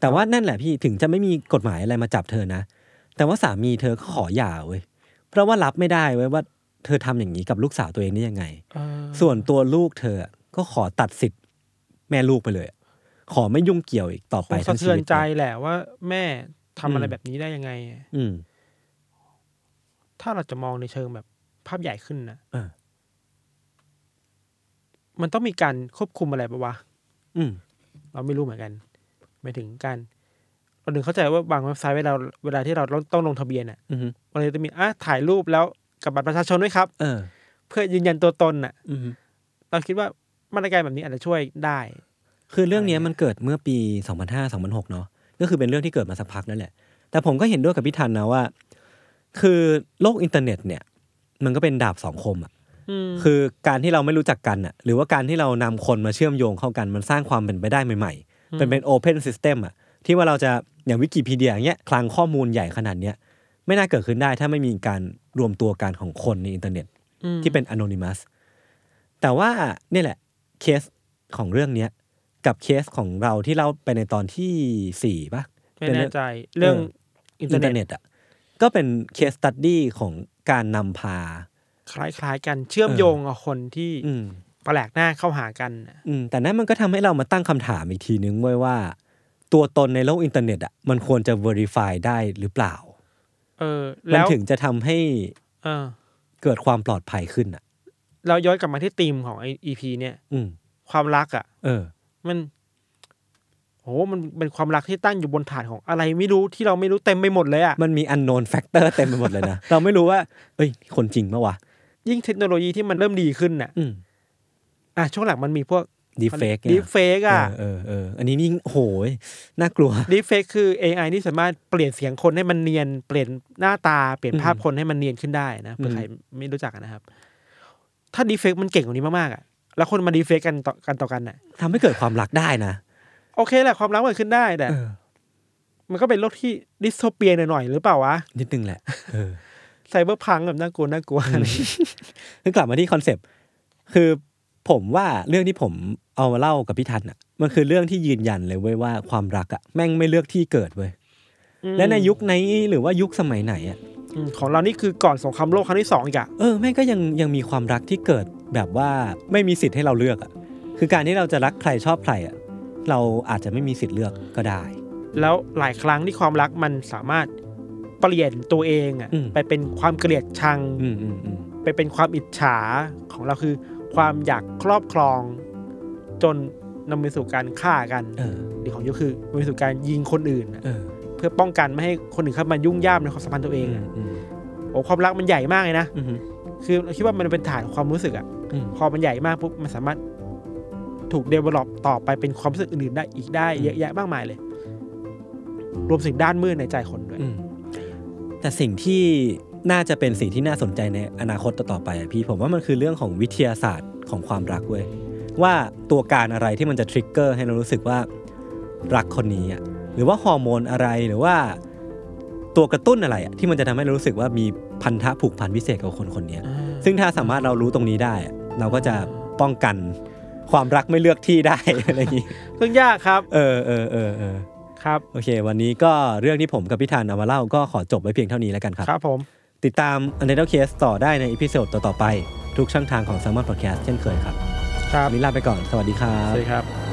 [SPEAKER 2] แต่ว่านั่นแหละพี่ถึงจะไม่มีกฎหมายอะไรมาจับเธอนะ แต่ว่าสามีเธอก็ขอหย่าเว้ย เพราะว่ารับไม่ได้เว้ยว่าเธอทำอย่างนี้กับลูกสาวตัวเองได้ยังไง ส่วนตัวลูกเธอก็ขอตัดสิทธิ์แม่ลูกไปเลย ขอไม่ยุ่งเกี่ยวอีกต่อ
[SPEAKER 3] ค
[SPEAKER 2] ไป
[SPEAKER 3] งสะ
[SPEAKER 2] ทั้งชี
[SPEAKER 3] เทือน
[SPEAKER 2] วิต
[SPEAKER 3] ใจ
[SPEAKER 2] เลย
[SPEAKER 3] แหละว่าแม่ทำอะไรแบบนี้ได้ยังไงอะ
[SPEAKER 2] อืม
[SPEAKER 3] ถ้าเราจะมองในเชิงแบบภาพใหญ่ขึ้นนะ
[SPEAKER 2] เออ
[SPEAKER 3] มันต้องมีการควบคุมอะไรปะวะ
[SPEAKER 2] อืม
[SPEAKER 3] เราไม่รู้เหมือนกันหมายถึงการเราหนึ่งเข้าใจว่าบางเว็บไซต์เวลาเวลาที่เราต้องต้องลงทะเบียนอ่ะ
[SPEAKER 2] อืม
[SPEAKER 3] มันเลยจะมีอ่ะถ่ายรูปแล้วกับบัตรประชาชนด้วยครับ
[SPEAKER 2] เออ
[SPEAKER 3] เพื่อยืนยันตัวตนอ่ะ
[SPEAKER 2] อืม
[SPEAKER 3] เราคิดว่ามาตรการแบบนี้อาจจะช่วยได้
[SPEAKER 2] คือเรื่องเนี้ยมันเกิดเมื่อปี 2005 2006 เนาะก็คือเป็นเรื่องที่เกิดมาสักพักนั่นแหละ แต่ผมก็เห็นด้วยกับพี่ทันนะว่า คือโลกอินเทอร์เน็ตเนี่ย มันก็เป็นดาบสองคมอะคือการที่เราไม่รู้จักกันอะหรือว่าการที่เรานำคนมาเชื่อมโยงเข้ากันมันสร้างความเป็นไปได้ใหม่ๆ เป็นเป็นโอเพนซิสเต็มอะที่ว่าเราจะอย่างวิกิพีเดียอย่างเงี้ยคลังข้อมูลใหญ่ขนาดเนี้ยไม่น่าเกิดขึ้นได้ถ้าไม่มีการรวมตัวกันของคนในอินเทอร์เน็ต ที่เป็น anonymous แต่ว่านี่แหละเคสของเรื่องเนี้ย กับเคสของเราที่เล่าไปในตอนที่สี่ปะ
[SPEAKER 3] ไม่แน่ใจเรื่อง
[SPEAKER 2] อิ
[SPEAKER 3] อิน
[SPEAKER 2] น
[SPEAKER 3] เท
[SPEAKER 2] เท
[SPEAKER 3] อ
[SPEAKER 2] อ
[SPEAKER 3] ร์
[SPEAKER 2] ร์
[SPEAKER 3] เน็ต
[SPEAKER 2] เน็ตอ่ะก็เป็นเคสตัดดี้ของการนำพา
[SPEAKER 3] คล้ายๆกันเชื่อมโยงกับคนที่
[SPEAKER 2] อืม
[SPEAKER 3] แปลกหน้าเข้าหากันน่ะ
[SPEAKER 2] อืมแต่นั้นมันก็ทำให้เรามาตั้งคำถามอีกทีนึงไว้ยว่า ตัวตนในโลกอินเทอร์เน็ตอ่ะมันควรจะ verify ได้หรือเปล่า
[SPEAKER 3] เออ
[SPEAKER 2] มัน
[SPEAKER 3] แล้ว
[SPEAKER 2] ถึงจะทำให้
[SPEAKER 3] เออ
[SPEAKER 2] เกิดความปลอดภัยขึ้นอ่ะ
[SPEAKER 3] เราย้อนกลับมาที่ธีมของไอ EP เนี่ย
[SPEAKER 2] อืม
[SPEAKER 3] ความรักอ่ะ
[SPEAKER 2] เออ
[SPEAKER 3] มันโหมันเป็นความรักที่ตั้งอยู่บนฐานของอะไรไม่รู้ที่เราไม่รู้เต็มไปหมดเลยอ่ะ
[SPEAKER 2] มันมี unknown factor เต็มไปหมดเลยนะ เราไม่รู้ว่า เอ้ย คนจริงปะวะ
[SPEAKER 3] ยิ่งเทคโนโลยีที่มันเริ่มดีขึ้นน่ะ
[SPEAKER 2] อืม
[SPEAKER 3] อ่ะช่วงหลังมันมีพวก
[SPEAKER 2] ดีเฟก
[SPEAKER 3] ดีเฟกอ่ะ
[SPEAKER 2] เออเอออันนี้ยิ่งโอ้โหยน่ากลัว
[SPEAKER 3] ดีเฟกคือ AI ที่สามารถเปลี่ยนเสียงคนให้มันเนียน เปลี่ยนหน้าตา เปลี่ยน
[SPEAKER 2] อืม
[SPEAKER 3] ภาพคนให้มันเนียนขึ้นได้นะเผื่ออ
[SPEAKER 2] ม
[SPEAKER 3] ใครไม่รู้จักนะครับ ถ้าดีเฟกมันเก่งกว่านี้มากๆอ่ะ แล้วคนมาดีเฟกกันต่อกันต่อกันน่ะ
[SPEAKER 2] ทำให้เกิดความรักได้นะ
[SPEAKER 3] โอเคแหละความรักเกิดขึ้นได้แต่
[SPEAKER 2] เออ
[SPEAKER 3] มันก็เป็นโลกที่ดิสโทเปียหน่อยๆหรือเปล่าวะ
[SPEAKER 2] นิดนึงแหละเออ
[SPEAKER 3] ไซเบอร์พังแบบน่ากลัวน่ากลัว
[SPEAKER 2] คือกลับมาที่คอนเซปต์คือผมว่าเรื่องที่ผมเอามาเล่ากับพี่ทันอ่ะ มันคือเรื่องที่ยืนยันเลยเว้ยว่าความรักอ่ะแม่งไม่เลือกที่เกิดเว้ยและในยุคไหนหรือว่ายุคสมัยไหนอ่ะ
[SPEAKER 3] อืมของเรานี่คือก่อนสงครามโลกครั้งที่สองอีกอะ
[SPEAKER 2] เออแม่งก็ยังยังมีความรักที่เกิดแบบว่าไม่มีสิทธิ์ให้เราเลือกอ่ะคือการที่เราจะรักใครชอบใครอ่ะเราอาจจะไม่มีสิทธิ์เลือกก็ได้
[SPEAKER 3] แล้วหลายครั้งที่ความรักมันสามารถเปลี่ยนตัวเองอะ
[SPEAKER 2] อืม
[SPEAKER 3] ไปเป็นความเกลียดชัง
[SPEAKER 2] อืมอืมอืม
[SPEAKER 3] ไปเป็นความอิจฉาของเราคือ ความอยากครอบครอง จนนำไปสู่การฆ่ากัน
[SPEAKER 2] เออ
[SPEAKER 3] หรือของยุคคือนำไปสู่การยิงคนอื่นอะ
[SPEAKER 2] เออ
[SPEAKER 3] เพื่อป้องกันไม่ให้คนอื่นเข้ามายุ่งย่ามในความสัมพันธ์ตัวเอ
[SPEAKER 2] เอง อ
[SPEAKER 3] อะ
[SPEAKER 2] อืม
[SPEAKER 3] โอ้ความรักมันใหญ่มากเลยนะ
[SPEAKER 2] อืม
[SPEAKER 3] คือเราคิดว่ามันเป็นฐานของความรู้สึกอะ
[SPEAKER 2] อืม
[SPEAKER 3] พอมันใหญ่มากปุ๊บมันสามารถถูกเดเวล็อปต่อไปเป็นความรู้สึกอื่นๆได้อีกได้
[SPEAKER 2] อืม
[SPEAKER 3] เยอะแยะมากมายเลย รวมถึงด้านมืดในใจคนด้วย
[SPEAKER 2] อืมแต่สิ่งที่น่าจะเป็นสิ่งที่น่าสนใจในอนาคตต่อๆไปอะพี่ผมว่ามันคือเรื่องของวิทยาศาสตร์ของความรักเว้ยว่าตัวการอะไรที่มันจะทริกเกอร์ให้เรารู้สึกว่ารักคนนี้อะหรือว่าฮอร์โมนอะไรหรือว่าตัวกระตุ้นอะไรอะที่มันจะทำให้เรารู้สึกว่ามีพันธะผูกพันพิเศษกับคนคนเนี้ยซึ่งถ้าสามารถเรารู้ตรงนี้ได้อะเราก็จะป้องกันความรักไม่เลือกที่ได้ อะไรอย่างงี้
[SPEAKER 3] ซึ่งยากครับ
[SPEAKER 2] เออเออเออเออ
[SPEAKER 3] ครับ
[SPEAKER 2] โอเค วันนี้ก็เรื่องที่ผมกับพี่ธานเอามาเล่าก็ขอจบไว้เพียงเท่านี้แล้วกันครับ
[SPEAKER 3] ครับผม
[SPEAKER 2] ติดตาม u n t i t l e Case ต่อได้ในอีพิโซดต่อ ๆ ไป ทุกช่องทางของ s ซ m o n Podcast เช่นเคยครับ
[SPEAKER 3] ครับ
[SPEAKER 2] วันนี้ลาไปก่อน สวัสดีครั
[SPEAKER 3] ส
[SPEAKER 2] บ
[SPEAKER 3] วัสดีครับ